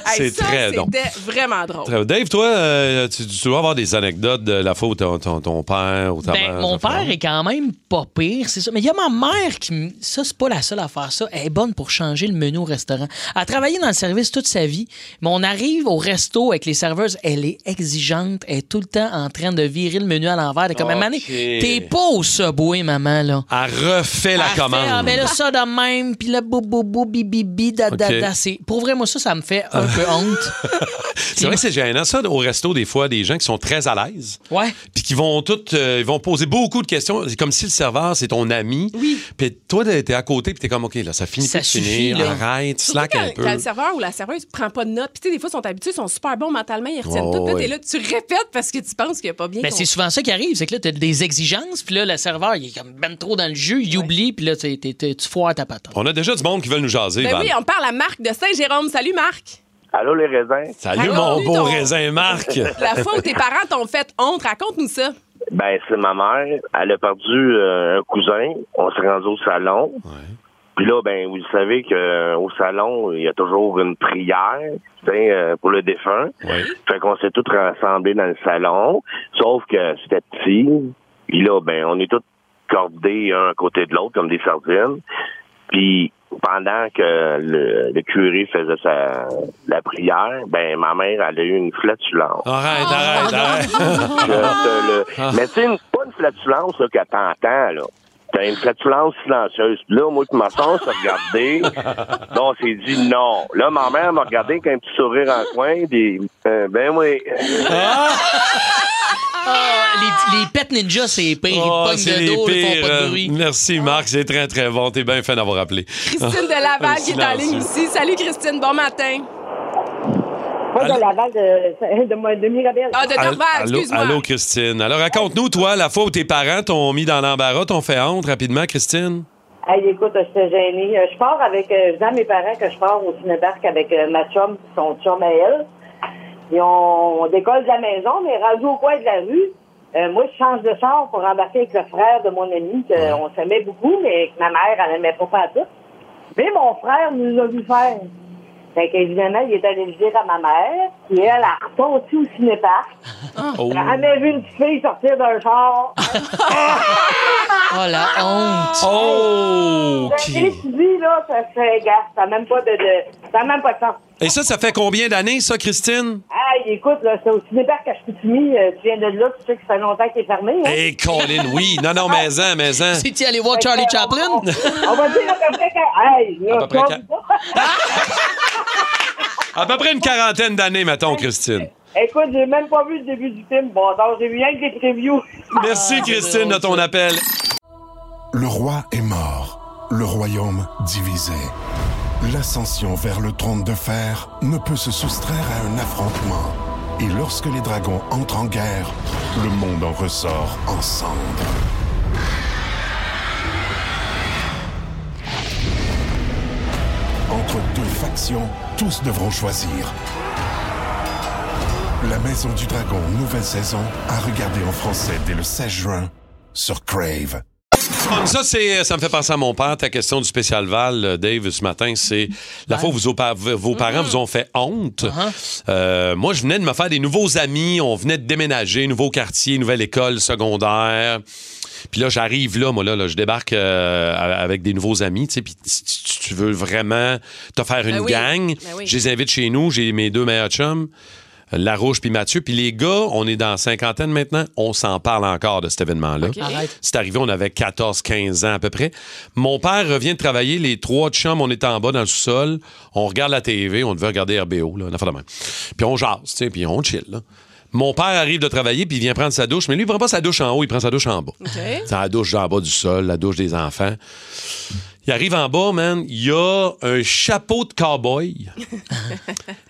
Speaker 1: C'est
Speaker 2: ça,
Speaker 1: très
Speaker 2: c'était
Speaker 1: drôle.
Speaker 2: vraiment drôle.
Speaker 1: Très- Dave, toi, euh, tu, tu dois avoir des anecdotes de la fois où ton, ton- ton père ou ta
Speaker 3: Ben,
Speaker 1: mère.
Speaker 3: mon père est quand même pas pire, c'est ça. Mais il y a ma mère qui. me- Ça, c'est pas la seule à faire ça. Elle est bonne pour changer le menu au restaurant. Elle a travaillé dans le service toute sa vie, mais on arrive au resto avec les serveuses. Elle est exigeante. Elle est tout le temps en train de virer le menu à l'envers. Elle est Comme,
Speaker 1: Ok.
Speaker 3: Mané, t'es pas au subway, maman, là.
Speaker 1: Elle refait la
Speaker 3: Elle fait,
Speaker 1: commande.
Speaker 3: Ah, ben là, ça de même, puis là, bou, bou, bou, bi, bi, bi, da, da,
Speaker 1: Ok.
Speaker 3: da. C'est- Pour vrai, moi, ça, ça me fait un peu honte.
Speaker 1: C'est vrai que c'est gênant, ça, au resto, des fois, des gens qui sont très à l'aise.
Speaker 3: Ouais.
Speaker 1: Puis qui vont toutes, euh, ils vont poser beaucoup de questions. C'est comme si le serveur, c'est ton ami. Oui. Puis toi, t'es à côté, puis t'es comme, OK, là, ça finit
Speaker 3: Ça
Speaker 1: pas de
Speaker 3: suffit,
Speaker 1: finir.
Speaker 3: là.
Speaker 1: Arrête,
Speaker 2: Surtout
Speaker 1: slack
Speaker 2: quand,
Speaker 1: un peu.
Speaker 2: quand le serveur ou la serveuse prend pas de notes. Puis, tu sais, des fois, ils sont habitués, ils sont super bons mentalement, ils retiennent
Speaker 1: Ouais,
Speaker 2: tout. Là,
Speaker 1: ouais.
Speaker 2: t'es là, tu répètes parce que tu penses qu'il n'y a pas bien.
Speaker 3: Ben, c'est
Speaker 2: compris.
Speaker 3: souvent ça qui arrive, c'est que là, t'as des exigences, puis là, le serveur, il est comme ben trop dans le jeu, il oublie, puis là, t'es- t'es- t'es- tu foires ta patente.
Speaker 1: On a déjà du monde qui veut nous jaser,
Speaker 2: Ben
Speaker 1: Val.
Speaker 2: oui, on parle à Marc de Saint-Jérôme. Salut, Marc.
Speaker 6: Allô, les raisins?
Speaker 1: Salut, mon
Speaker 2: Raconte-nous
Speaker 1: beau
Speaker 2: ton-
Speaker 1: raisin Marc.
Speaker 2: La fois où tes parents t'ont fait honte, raconte-nous ça.
Speaker 6: Ben, c'est ma mère. Elle a perdu euh, un cousin. On s'est rendu au salon. Puis là, ben, vous le savez que euh, au salon, il y a toujours une prière tu sais, euh, pour le défunt. Fait qu'on s'est tous rassemblés dans le salon, sauf que c'était petit. Puis là, ben, on est tous cordés un à côté de l'autre comme des sardines. Puis pendant que le, le curé faisait sa, la prière, ben ma mère elle a eu une flatulence.
Speaker 1: Arrête,
Speaker 3: Ah,
Speaker 1: arrête, arrête.
Speaker 6: Puis, euh, t'as le- Mais c'est une, pas une flatulence là, que t'entends, là. T'as une flatulence silencieuse. Puis Là, moi et ma soeur, on s'est regardé. Là, on s'est dit non. Là, ma mère m'a regardé avec un petit sourire en coin. Des, euh, ben oui.
Speaker 3: Ah, les, les pets ninjas, c'est pire.
Speaker 1: Oh,
Speaker 3: ils te
Speaker 1: c'est
Speaker 3: pognent le
Speaker 1: les
Speaker 3: dos, ils
Speaker 1: pires.
Speaker 3: font pas de
Speaker 1: euh,
Speaker 3: bruit.
Speaker 1: Merci, Marc. C'est très, très bon. T'es bien fait d'avoir appelé.
Speaker 2: Christine de Laval qui est en
Speaker 1: silence.
Speaker 2: ligne ici. Salut Christine, bon matin.
Speaker 10: Pas de Laval, de, de, de Mirabel.
Speaker 2: Ah, de
Speaker 1: Allô,
Speaker 2: Dorval,
Speaker 1: allô,
Speaker 2: excuse-moi.
Speaker 1: allô, Christine. Alors, raconte-nous, toi, la fois où tes parents t'ont mis dans l'embarras, t'ont fait honte rapidement, Christine.
Speaker 10: Hey, écoute, j'étais gênée. Euh, Je pars avec, euh, je dis à mes parents que je pars au cinéparc avec euh, ma chum, puis son chum à elle. Puis on, on décolle de la maison, mais rendu au coin de la rue, euh, moi, je change de char pour embarquer avec le frère de mon ami, que on s'aimait beaucoup, mais que ma mère, elle n'aimait pas pas tout. Mais mon frère nous l'a vu faire. Fait qu'évidemment, il est allé le dire à ma mère, qui, elle, a reparti au cinéparc.
Speaker 3: Oh.
Speaker 10: Elle a jamais vu une petite fille sortir d'un char.
Speaker 3: Oh, la
Speaker 1: Ah!
Speaker 3: honte.
Speaker 1: Oh!
Speaker 10: Et tu dis, là, ça fait, gaffe, ça n'a même pas de, de- ça a même pas de sens.
Speaker 1: Et ça, ça fait combien d'années, ça, Christine?
Speaker 10: Hey, écoute, là, c'est au cinéparc à Chicoutimi, euh, tu viens de là, tu sais que ça fait longtemps qu'il est fermé. hein.
Speaker 1: Eh, Colin, oui. Non, non, mais-en, mais-en.
Speaker 3: C'est-tu allé voir Charlie Chaplin?
Speaker 10: On va dire à peu près que, hey, là,
Speaker 1: À peu près Ah!
Speaker 10: comme-
Speaker 1: À peu près une quarantaine d'années, mettons, Christine.
Speaker 10: écoute, j'ai même pas vu le début du film. Bon, donc, j'ai vu rien que des previews.
Speaker 1: Merci, Christine, de ton appel.
Speaker 4: Le roi est mort, le royaume divisé. L'ascension vers le trône de fer ne peut se soustraire à un affrontement. Et lorsque les dragons entrent en guerre, le monde en ressort ensemble. Entre deux factions, tous devront choisir. La Maison du Dragon, nouvelle saison, à regarder en français dès le 16 juin sur Crave.
Speaker 1: Comme Ah, ça, c'est, euh, ça me fait penser à mon père. Ta question du spécial Val, euh, Dave, ce matin, c'est la fois où vos, pa-
Speaker 14: Mm-hmm.
Speaker 1: vos parents vous ont fait honte.
Speaker 14: Uh-huh.
Speaker 1: Euh, moi, je venais de me faire des nouveaux amis. On venait de déménager, nouveau quartier, nouvelle école secondaire. Puis là, j'arrive là, moi, là, là, je débarque euh, a- avec des nouveaux amis, tu sais, puis si tu- tu veux vraiment te faire une
Speaker 14: Ben oui.
Speaker 1: gang,
Speaker 14: Ben oui.
Speaker 1: je les invite chez nous, j'ai mes deux meilleurs chums, Larouche puis Mathieu, puis les gars, on est dans la cinquantaine maintenant, on s'en parle encore de cet événement-là.
Speaker 14: Ok. Arrête.
Speaker 1: C'est arrivé, on avait 14-15 ans à peu près. Mon père revient de travailler, les trois chums, on est en bas dans le sous-sol, on regarde la TV, on devait regarder RBO, là, une affaire de même. Puis on jase, tu sais, puis on chill, là. Mon père arrive de travailler, puis il vient prendre sa douche, mais lui, il prend pas sa douche en haut, il prend sa douche en bas. C'est la douche en bas du sol, la douche des enfants. Il arrive en bas, man, il y a un chapeau de cow-boy,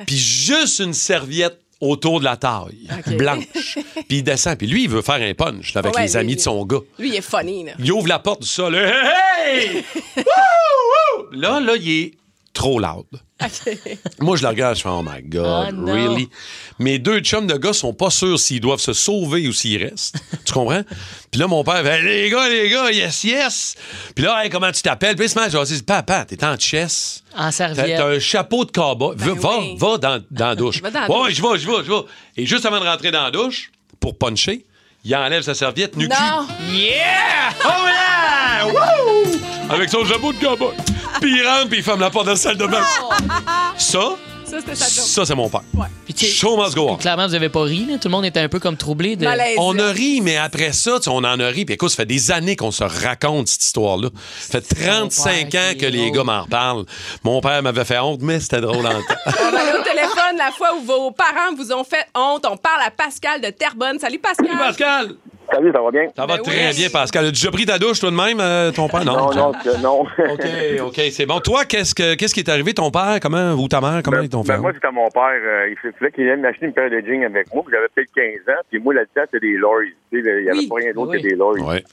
Speaker 1: puis juste une serviette autour de la taille, blanche. Puis il descend, puis lui, il veut faire un punch là, avec
Speaker 2: Ouais,
Speaker 1: les
Speaker 2: lui,
Speaker 1: amis
Speaker 2: lui.
Speaker 1: de son gars.
Speaker 2: Lui, il est funny, là.
Speaker 1: Il ouvre la porte du sol. Hey! hey! Wouh, wouh! Là, là, il est trop loud. Moi, je le regarde, je fais Oh my God,
Speaker 14: Ah, non.
Speaker 1: really? Mes deux chums de gars sont pas sûrs s'ils doivent se sauver ou s'ils restent. Tu comprends? Puis là, mon père fait Les gars, les gars, yes, yes! Puis là, Hey, comment tu t'appelles? Puis il se met à jaser, il dit, Papa, t'es en chess.
Speaker 3: En
Speaker 1: T'as
Speaker 3: serviette. Ben
Speaker 1: t'as un chapeau de cowboy. Va- va,
Speaker 3: oui.
Speaker 1: va dans, dans la douche.
Speaker 3: Va dans la
Speaker 1: ouais,
Speaker 3: douche.
Speaker 1: ouais, je vais, je vais, je vais. Et juste avant de rentrer dans la douche, pour puncher, il enlève sa serviette, nu cul.
Speaker 14: Yeah!
Speaker 1: Oh yeah! Wouh! Avec son jabot de cowboy. Puis il rentre, puis il ferme la porte de la salle de bain. Ça,
Speaker 2: Ça, c'était sa job.
Speaker 1: ça, c'est mon père. Show must go on.
Speaker 3: Clairement, vous avez pas ri. là. Tout le monde était un peu comme troublé. De...
Speaker 1: On a ri, mais après ça, tu sais, on en a ri. Puis écoute, ça fait des années qu'on se raconte cette histoire-là. Ça fait 35 ans que les gars m'en reparlent. Mon père m'avait fait honte, mais c'était drôle en temps.
Speaker 2: On va aller au téléphone la fois où vos parents vous ont fait honte. On parle à Pascal de Terrebonne. Salut Pascal. Salut
Speaker 1: Pascal.
Speaker 6: Salut, ça va bien?
Speaker 1: Ça va très bien, Pascal. As-tu déjà pris ta douche, toi de même, euh, ton père? Non,
Speaker 6: non, que- non.
Speaker 1: OK, OK, c'est bon. Toi, qu'est-ce, que, qu'est-ce qui est arrivé? Ton père, comment, ou ta mère, comment ils t'ont fait?
Speaker 15: Ben, moi, c'était mon père. euh, il faisait qu'il allait m'acheter une paire de jeans avec moi. puis J'avais peut-être 15 ans. Puis moi, là-dedans, c'était des Lorries. Tu sais, Il n'y avait
Speaker 6: Oui,
Speaker 15: pas rien d'autre
Speaker 6: oui.
Speaker 15: que des Lorries.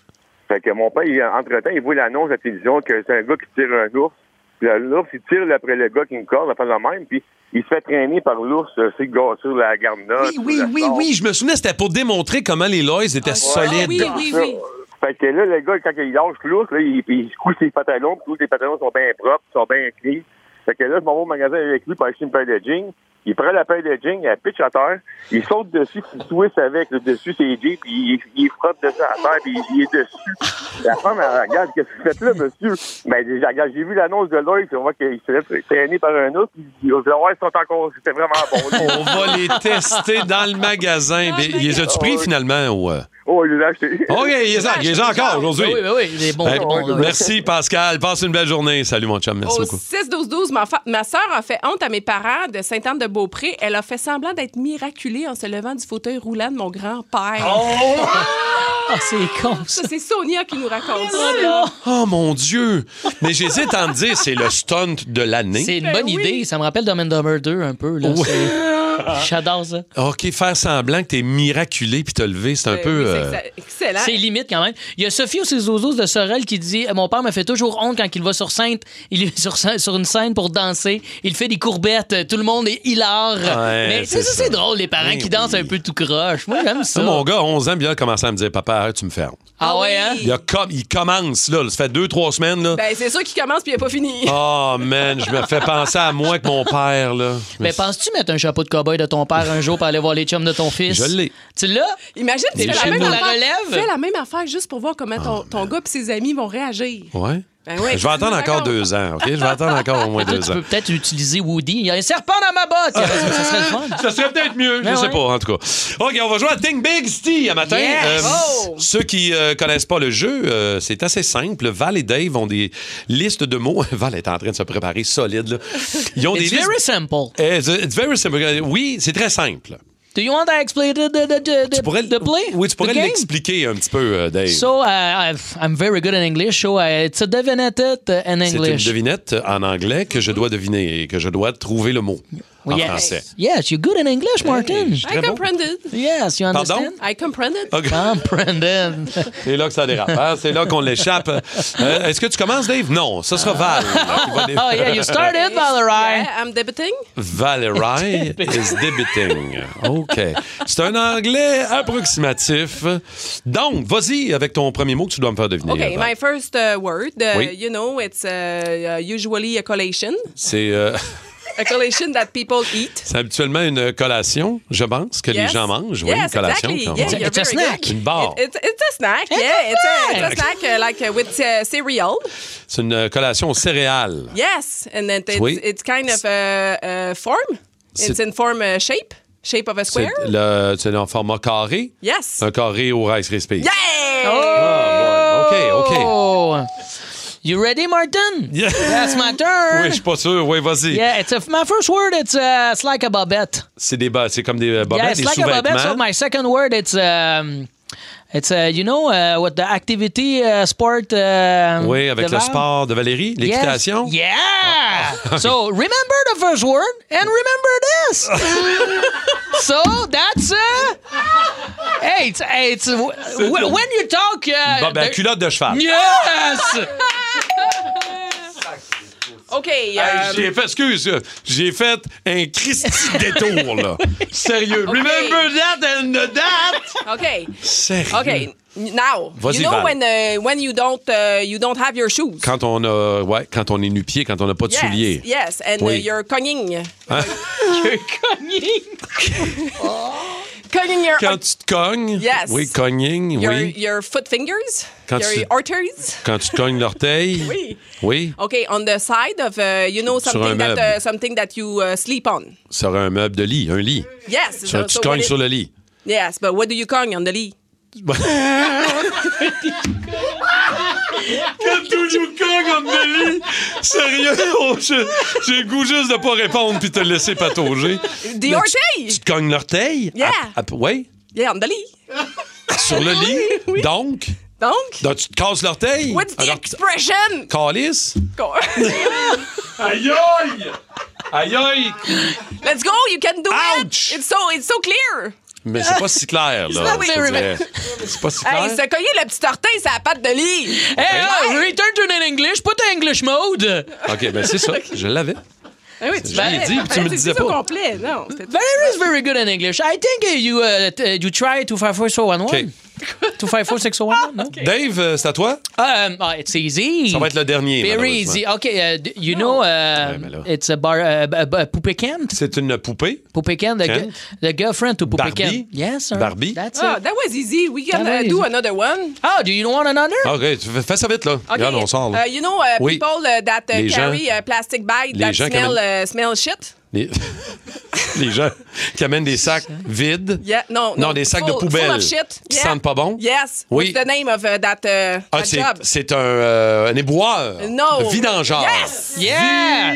Speaker 15: Fait que mon père, il- entre-temps, il voit l'annonce à la télévision que c'est un gars qui tire un ours. Puis là, l'ours, il tire après le gars qui me colle, fait la même. Puis il se fait traîner par l'ours euh, sur le- sur la garnotte.
Speaker 6: Ah,
Speaker 15: sur
Speaker 1: Oui,
Speaker 15: la
Speaker 1: oui, Ah,
Speaker 15: sorte.
Speaker 1: oui, je me souvenais, c'était pour démontrer comment les Lois étaient solides.
Speaker 2: Ah
Speaker 15: Fait que là, le gars, quand il lâche l'ours, là, il, il se couche ses pantalons, puis tous les pantalons sont bien propres, sont bien clean. Fait que là, je m'en vais au magasin avec lui pour acheter une paire de jeans. Il prend la paire de jeans, il la pitch à terre, il saute dessus, puis il twist avec le dessus ses jeans, puis il, il frotte dessus à terre, puis il, il est dessus. La femme, elle regarde, qu'est-ce que vous faites là, monsieur? Ben, j'ai- regarde, j'ai vu l'annonce de l'œil, puis on voit qu'il se fait traîner par un autre, puis il va voir, ils sont encore, c'était vraiment bon.
Speaker 1: On va les tester dans le magasin. Mais les as-tu pris finalement? Ou... euh?
Speaker 15: Oh, il les a achetés.
Speaker 1: OK, il les a, il les a encore aujourd'hui.
Speaker 3: Ben oui, ben oui, il est bon,
Speaker 1: Ben,
Speaker 3: il est bon, là.
Speaker 1: merci Pascal. Passe une belle journée. Salut mon chum. Merci
Speaker 2: Au
Speaker 1: beaucoup.
Speaker 2: 6-12-12, ma, fa- ma soeur a fait honte à mes parents de Sainte-Anne-de-Beaupré. Elle a fait semblant d'être miraculée en se levant du fauteuil roulant de mon grand-père.
Speaker 3: Oh! Ah, c'est con.
Speaker 2: Ça, c'est Sonia qui nous raconte ça.
Speaker 1: Oh, mon Dieu! Mais j'hésite à me dire, c'est le stunt de l'année.
Speaker 3: C'est une bonne idée. Ça me rappelle Dumb and Dumber 2 un peu. là.
Speaker 1: Ben Ouais.
Speaker 3: C'est- J'adore ça.
Speaker 1: OK, faire semblant que t'es miraculé puis t'as levé, c'est un
Speaker 3: Ben
Speaker 1: peu.
Speaker 3: oui, c'est
Speaker 1: euh,
Speaker 3: exact.
Speaker 2: Excellent.
Speaker 3: C'est limite quand même. Il y a Sophie ou ses zozos de Sorel qui dit Mon père me fait toujours honte quand il va sur scène, il est sur, scène- sur une scène pour danser. Il fait des courbettes. Tout le monde est hilar.
Speaker 1: Ouais,
Speaker 3: Mais
Speaker 1: c'est
Speaker 3: c'est ça, c'est drôle, les parents
Speaker 1: Ben
Speaker 3: qui dansent un peu tout croche. Moi, j'aime ça.
Speaker 1: Ça, mon gars, 11 ans, puis il a commencé à me dire Papa, arrête, tu me fermes.
Speaker 3: Ah ouais, hein?
Speaker 1: Il, a com- il commence, là, Ça fait deux, trois semaines, là.
Speaker 2: Ben, c'est sûr qu'il commence puis il n'est pas fini.
Speaker 1: Oh, man, je me fais penser à moi que mon père, là. Je me
Speaker 3: Mais Ben, penses-tu mettre un chapeau de cowboy de ton père un jour pour aller voir les chums de ton fils?
Speaker 1: Je l'ai.
Speaker 3: Tu l'as?
Speaker 2: Imagine, tu
Speaker 3: Des
Speaker 2: fais la
Speaker 3: chapeaux
Speaker 2: même
Speaker 3: de la
Speaker 2: affaire.
Speaker 3: relève?
Speaker 2: Fais la même affaire juste pour voir comment
Speaker 1: Ah,
Speaker 2: ton, ton gars et ses amis vont réagir.
Speaker 1: Ouais.
Speaker 2: Ben ouais,
Speaker 1: je vais attendre encore deux ans, OK? Je vais attendre encore au moins
Speaker 3: Toi,
Speaker 1: deux
Speaker 3: tu
Speaker 1: ans.
Speaker 3: peux peut-être utiliser Woody. Il y a un serpent dans ma botte! ça serait le fun.
Speaker 1: Ça serait peut-être mieux,
Speaker 3: Ben
Speaker 1: je
Speaker 3: ouais.
Speaker 1: sais pas, en tout cas. OK, on va jouer à Think Big Steve à matin. Euh,
Speaker 3: Yes. Oh.
Speaker 1: Ceux qui euh, connaissent pas le jeu, euh, c'est assez simple. Val et Dave ont des listes de mots. Val est en train de se préparer solide. là. Ils ont
Speaker 3: It's
Speaker 1: des listes-
Speaker 3: very simple.
Speaker 1: Eh, it's- it's very simple. Oui, c'est très simple.
Speaker 3: Do you want to explain the, the, the, the, the play?
Speaker 1: Oui, tu pourrais
Speaker 3: The game?
Speaker 1: l'expliquer un petit peu, euh, Dave.
Speaker 3: So uh, I've- I'm very good in English. So uh, it's a definite uh, in
Speaker 1: c'est une
Speaker 3: English.
Speaker 1: devinette en anglais que je dois deviner et que je dois trouver le mot en
Speaker 3: yes.
Speaker 1: français.
Speaker 3: Yes, you're good in English, Martin.
Speaker 2: I comprended.
Speaker 3: Yes, you
Speaker 1: Pardon?
Speaker 3: understand?
Speaker 2: I comprended.
Speaker 1: OK.
Speaker 3: Comprended.
Speaker 1: C'est là que ça dérape. hein? C'est là qu'on l'échappe. Euh, Est-ce que tu commences, Dave? Non, ça sera
Speaker 2: Ah.
Speaker 1: Val. qui va dé-
Speaker 3: Oh, yeah, you started, Valerie.
Speaker 2: Yeah, I'm debiting.
Speaker 1: Valerie is debiting. OK. C'est un anglais approximatif. Donc, vas-y avec ton premier mot que tu dois me faire deviner.
Speaker 2: Okay,
Speaker 1: Val.
Speaker 2: my first uh, word, uh,
Speaker 1: Oui.
Speaker 2: you know, it's uh, uh, usually a collation,
Speaker 1: C'est euh,
Speaker 2: a collation that people eat.
Speaker 1: c'est habituellement une collation, je pense, que les
Speaker 2: Yes.
Speaker 1: gens mangent. Oui,
Speaker 2: Yes,
Speaker 1: une collation.
Speaker 2: exactly.
Speaker 1: quand
Speaker 2: Yeah,
Speaker 1: même.
Speaker 2: you're It's a very snack. good.
Speaker 1: Une Ah. barre.
Speaker 2: It's, it's a snack, yeah. It's a, it's a snack uh, like uh, with uh, cereal.
Speaker 1: C'est une collation aux céréales.
Speaker 2: Yes, and then it's,
Speaker 1: Oui.
Speaker 2: it's kind of a uh, uh, form. It's
Speaker 1: C'est-
Speaker 2: in form uh, shape, shape of a
Speaker 1: C'est
Speaker 2: square.
Speaker 1: le- c'est en format carré.
Speaker 2: Yes.
Speaker 1: Un carré au Rice Krispies. Ah,
Speaker 2: Yeah.
Speaker 1: OK, OK.
Speaker 3: Oh. You ready, Martin?
Speaker 1: Yeah.
Speaker 3: That's my turn.
Speaker 1: Oui, je suis pas sûr. Oui, vas-y.
Speaker 3: Yeah, it's a, my first word. It's uh, it's like a bobette.
Speaker 1: C'est des ba- c'est comme des euh, bobettes,
Speaker 3: yeah, it's
Speaker 1: des
Speaker 3: like a bobette. So
Speaker 1: sous-vêtements.
Speaker 3: my second word, it's um, it's uh, you know uh, what the activity uh, sport. um,
Speaker 1: oui, avec
Speaker 3: de
Speaker 1: le
Speaker 3: Val?
Speaker 1: sport de Valérie,
Speaker 3: Yes.
Speaker 1: l'équitation. Oh.
Speaker 3: Yeah. so remember the first word and remember this. so that's uh, hey, it's, hey, it's w- w- when you talk. Uh,
Speaker 1: Bon, ben,
Speaker 3: there-
Speaker 1: culotte de cheval.
Speaker 3: Yes.
Speaker 2: OK.
Speaker 1: Hey,
Speaker 2: um,
Speaker 1: j'ai fait, excuse, euh, j'ai fait un Christy détour, là. Sérieux. Remember that and that.
Speaker 2: OK.
Speaker 1: Sérieux.
Speaker 2: Okay. Now,
Speaker 1: Vas-y,
Speaker 2: you know
Speaker 1: Val.
Speaker 2: when uh, when you don't uh, you don't have your shoes.
Speaker 1: Quand on a, ouais, quand on est nu-pied, quand on n'a pas de
Speaker 2: yes.
Speaker 1: souliers.
Speaker 2: Yes, and uh,
Speaker 1: Oui.
Speaker 2: you're cogning.
Speaker 1: Hein?
Speaker 2: Cogning your
Speaker 1: Quand tu te cognes.
Speaker 2: Yes.
Speaker 1: Oui, cogning,
Speaker 2: your,
Speaker 1: oui.
Speaker 2: your foot fingers,
Speaker 1: Quand
Speaker 2: your
Speaker 1: tu-
Speaker 2: arteries.
Speaker 1: Quand tu te cognes l'orteil.
Speaker 2: Oui.
Speaker 1: Oui.
Speaker 2: Okay, on the side of uh, you know
Speaker 1: Sur un
Speaker 2: something that
Speaker 1: meuble.
Speaker 2: uh, something that you uh, sleep on.
Speaker 1: Ça aurait un meuble de lit, un lit.
Speaker 2: Yes.
Speaker 1: Tu-
Speaker 2: so-
Speaker 1: tu
Speaker 2: so
Speaker 1: te cognes
Speaker 2: what
Speaker 1: sur
Speaker 2: it-
Speaker 1: le lit.
Speaker 2: Yes, but what do you cogn on the lit?
Speaker 1: Quand tout you comme Billy. Sérieux, oh, je- j'ai le goût juste de pas répondre puis te laisser patauger.
Speaker 2: Des
Speaker 1: Là,
Speaker 2: orteils!
Speaker 1: Tu, tu te cognes l'orteil? Ah,
Speaker 2: Yeah. Ah,
Speaker 1: Oui,
Speaker 2: Yeah, on the lit.
Speaker 1: sur le lit. Donc,
Speaker 2: Donc,
Speaker 1: donc, tu te casses l'orteil?
Speaker 2: what's the
Speaker 1: Alors,
Speaker 2: expression?
Speaker 1: Calice?
Speaker 2: Go-
Speaker 1: Aïe aïe! Aïe aïe!
Speaker 2: Let's go, you can do
Speaker 1: Ouch!
Speaker 2: it. It's so it's so clear.
Speaker 1: Mais c'est pas si clair, là.
Speaker 2: not
Speaker 1: je te
Speaker 2: very
Speaker 1: dirais. C'est Eh, pas si clair.
Speaker 2: Hey, se cogner le petit orteil sur la patte de lit.
Speaker 3: Hey, uh, return to an English. Put the English mode.
Speaker 1: OK, ben c'est ça. Je l'avais.
Speaker 2: Ah oui,
Speaker 1: Je
Speaker 2: tu
Speaker 1: l'ai
Speaker 2: l'avais.
Speaker 1: dit, puis tu me
Speaker 2: C'est
Speaker 1: disais
Speaker 2: ça au
Speaker 1: pas.
Speaker 2: complet, non.
Speaker 3: Ben,
Speaker 2: c'était-
Speaker 3: Valerie is very good in English. I think uh, you uh, t- uh, you try to five four so one one.
Speaker 1: OK.
Speaker 3: 254-601? No?
Speaker 1: Dave, euh, c'est à toi?
Speaker 3: Um, ah, it's easy.
Speaker 1: Ça va être le dernier.
Speaker 3: Very
Speaker 1: malheureusement.
Speaker 3: easy. OK, uh, d- you know, uh, it's a bar, uh, b- b- poupée Kent.
Speaker 1: C'est une poupée.
Speaker 3: Poupée Kent, the,
Speaker 1: Kent.
Speaker 3: gu- the girlfriend to poupée
Speaker 1: Barbie.
Speaker 3: Kent. Yes, sir.
Speaker 1: Barbie.
Speaker 3: That's
Speaker 2: Ah,
Speaker 3: it.
Speaker 2: that was easy. We can
Speaker 3: That
Speaker 2: uh,
Speaker 3: was
Speaker 2: do
Speaker 3: easy.
Speaker 2: another one.
Speaker 3: Oh, do you want another?
Speaker 1: Ah, OK, tu fais- fais ça vite, là. Regarde, on sort. là.
Speaker 2: Uh, you know, uh,
Speaker 1: Oui.
Speaker 2: people uh, that uh,
Speaker 1: Les gens-
Speaker 2: carry uh, plastic bags
Speaker 1: Les
Speaker 2: that
Speaker 1: gens qui
Speaker 2: smell, uh, smell shit.
Speaker 1: Les... les gens qui amènent des sacs vides.
Speaker 2: Yeah, non,
Speaker 1: Non, des sacs de
Speaker 2: full-
Speaker 1: poubelle.
Speaker 2: Full of shit.
Speaker 1: Qui
Speaker 2: Yeah.
Speaker 1: sentent pas bon.
Speaker 2: Yes.
Speaker 1: Oui.
Speaker 2: What's the name of uh, that, uh,
Speaker 1: Ah,
Speaker 2: that
Speaker 1: c'est,
Speaker 2: job?
Speaker 1: c'est un, euh, un éboueur.
Speaker 2: No.
Speaker 1: Vidangeur.
Speaker 2: Yes!
Speaker 3: Yeah!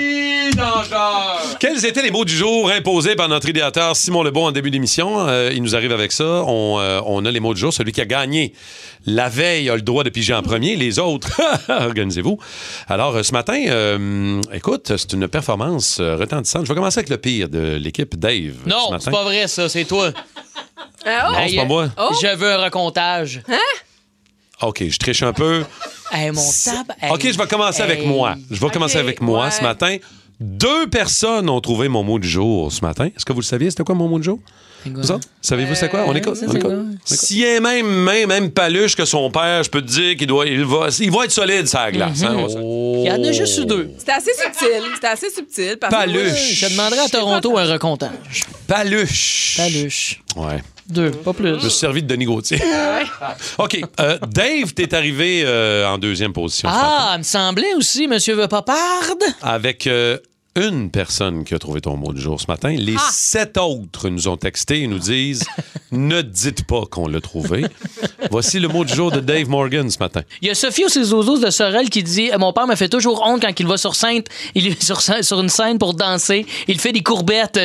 Speaker 1: Quels étaient les mots du jour imposés par notre idéateur Simon Lebon en début d'émission? Euh, il nous arrive avec ça. On, euh, on a les mots du jour. Celui qui a gagné la veille a le droit de piger en premier. Les autres, organisez-vous. Alors, euh, ce matin, euh, écoute, c'est une performance euh, retentissante. Je vais commencer avec le pire de l'équipe, Dave. ce
Speaker 3: Non,
Speaker 1: matin.
Speaker 3: c'est pas vrai, ça. C'est toi.
Speaker 2: Ah,
Speaker 1: Non, c'est pas moi.
Speaker 3: euh, Je veux un recomptage.
Speaker 2: Hein?
Speaker 1: OK, je triche un peu.
Speaker 3: Hey, mon tab.
Speaker 1: OK, je vais commencer avec moi. Je vais commencer avec moi
Speaker 3: ouais.
Speaker 1: ce matin. Deux personnes ont trouvé mon mot du jour ce matin. Est-ce que vous le saviez? C'était quoi mon mot du jour? Vous autres? Savez-vous c'est quoi? On écoute. on écoute. S'il est même, même, même paluche que son père, je peux te dire qu'il doit, il va, il va être solide, sa glace. hein, on va se-
Speaker 3: Il y en a
Speaker 1: Oh.
Speaker 3: juste deux.
Speaker 2: C'était oh, assez subtil. C'était assez subtil. Parce que-
Speaker 1: Paluche.
Speaker 3: Je demanderai à Toronto un recomptage.
Speaker 1: Paluche.
Speaker 3: Paluche.
Speaker 1: Ouais.
Speaker 3: Deux, pas plus.
Speaker 1: Je me suis servi de Denis Gauthier. OK. euh, Dave, t'es arrivé euh, en deuxième position ce
Speaker 3: Ah, il me semblait aussi, monsieur veut pas parde.
Speaker 1: avec euh, une personne qui a trouvé ton mot du jour ce matin. Les sept autres nous ont texté et nous disent Ne dites pas qu'on l'a trouvé. Voici le mot du jour de Dave Morgan ce matin.
Speaker 3: Il y a Sophie aux ses ozos de Sorel qui dit Mon père me fait toujours honte quand il va sur scène, il est sur, scè- sur une scène pour danser. Il fait des courbettes.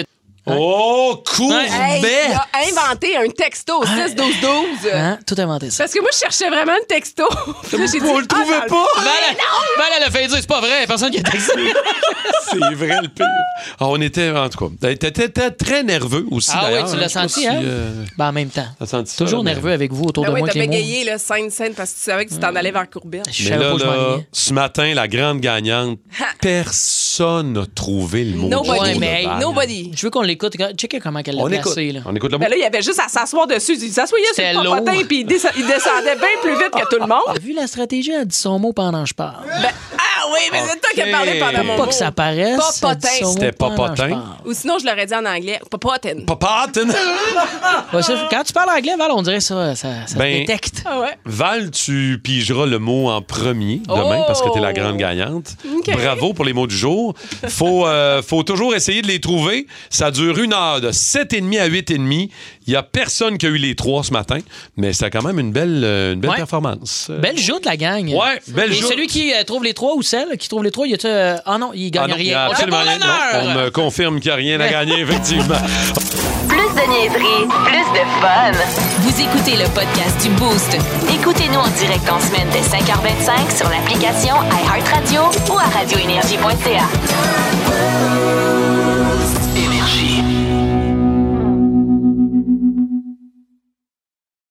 Speaker 1: Oh,
Speaker 2: Hey, il a inventé un texto 6 12 12.
Speaker 3: Hein? Tout inventé ça.
Speaker 2: Parce que moi je cherchais vraiment le texto. Là, j'ai dit,
Speaker 3: On le
Speaker 2: ah,
Speaker 3: trouvait
Speaker 2: dans
Speaker 3: pas.
Speaker 2: fond,
Speaker 3: Val, Val, elle a fait dire c'est pas vrai, personne qui a texté.
Speaker 1: C'est vrai le pire. Ah, on était, en tout cas, t'étais- t'étais très nerveux aussi.
Speaker 3: Ah oui,
Speaker 1: d'ailleurs,
Speaker 3: tu l'as
Speaker 1: Je sais pas
Speaker 3: senti,
Speaker 1: si,
Speaker 3: hein?
Speaker 1: euh,
Speaker 3: Ben, en même temps.
Speaker 1: t'as senti ça,
Speaker 3: Toujours
Speaker 1: là, mais-
Speaker 3: nerveux avec vous autour
Speaker 2: Ben
Speaker 3: de
Speaker 2: oui,
Speaker 3: moi
Speaker 2: t'as
Speaker 3: qui est
Speaker 2: bégayé, là, scène, scène, parce que tu savais que tu t'en allais vers Courbet.
Speaker 3: Je
Speaker 1: Mais
Speaker 3: savais
Speaker 1: là,
Speaker 3: pas que je m'en
Speaker 1: là,
Speaker 3: venais.
Speaker 1: ce matin, la grande gagnante, personne n'a trouvé le mot du jour.
Speaker 2: Nobody.
Speaker 1: de
Speaker 2: mais hey,
Speaker 1: Val.
Speaker 2: nobody.
Speaker 3: Je veux qu'on l'écoute. Checkez comment elle l'a
Speaker 1: On écoute.
Speaker 3: placé. Là.
Speaker 1: On écoute le mot.
Speaker 2: Ben là, il y avait juste à s'asseoir dessus. Il s'assoyait sur
Speaker 3: C'était
Speaker 2: le
Speaker 3: lourd.
Speaker 2: popotin, puis il, descend- il descendait bien plus vite que tout le monde.
Speaker 3: T'as vu la stratégie? Elle dit son mot pendant que je parle.
Speaker 2: Ah oui, mais c'est toi qui as parlé pendant mon
Speaker 3: pas
Speaker 2: mot.
Speaker 3: que ça paraisse.
Speaker 2: Popotin.
Speaker 3: elle dit son mot
Speaker 1: C'était
Speaker 3: pendant que je
Speaker 1: popotin.
Speaker 3: parle.
Speaker 2: Ou sinon, je l'aurais dit en anglais. Popotin.
Speaker 1: Popotin.
Speaker 3: Ouais, Bah, ça, quand tu parles anglais, Val, on dirait ça, ça, ça
Speaker 1: Ben,
Speaker 3: détecte.
Speaker 2: Ah ouais.
Speaker 1: Val, tu pigeras le mot en premier demain
Speaker 2: Oh!
Speaker 1: parce que tu es la grande gagnante.
Speaker 2: OK.
Speaker 1: Bravo pour les mots du jour. Faut, euh, faut toujours essayer de les trouver. Ça dure une heure, de 7h30 à 8h30. Il n'y a personne qui a eu les trois ce matin, mais c'est quand même une belle, euh, une belle
Speaker 3: Ouais. Ben,
Speaker 1: performance. Euh,
Speaker 3: Belle joute, la gang.
Speaker 1: Ouais, belle
Speaker 3: Et
Speaker 1: joute.
Speaker 3: celui qui euh, trouve les trois ou celle qui trouve les trois, il y a euh, Ah non, il gagne
Speaker 1: Ah non, il y a
Speaker 3: rien.
Speaker 1: absolument
Speaker 3: on fait
Speaker 1: rien.
Speaker 3: pas l'honneur.
Speaker 1: Non, on euh, me confirme qu'il n'y a rien à gagner, effectivement.
Speaker 12: Plus de niaiserie, plus de fun. Vous écoutez le podcast du Boost. Écoutez-nous en direct en semaine dès 5h25 sur l'application iHeartRadio ou à radioénergie.ca.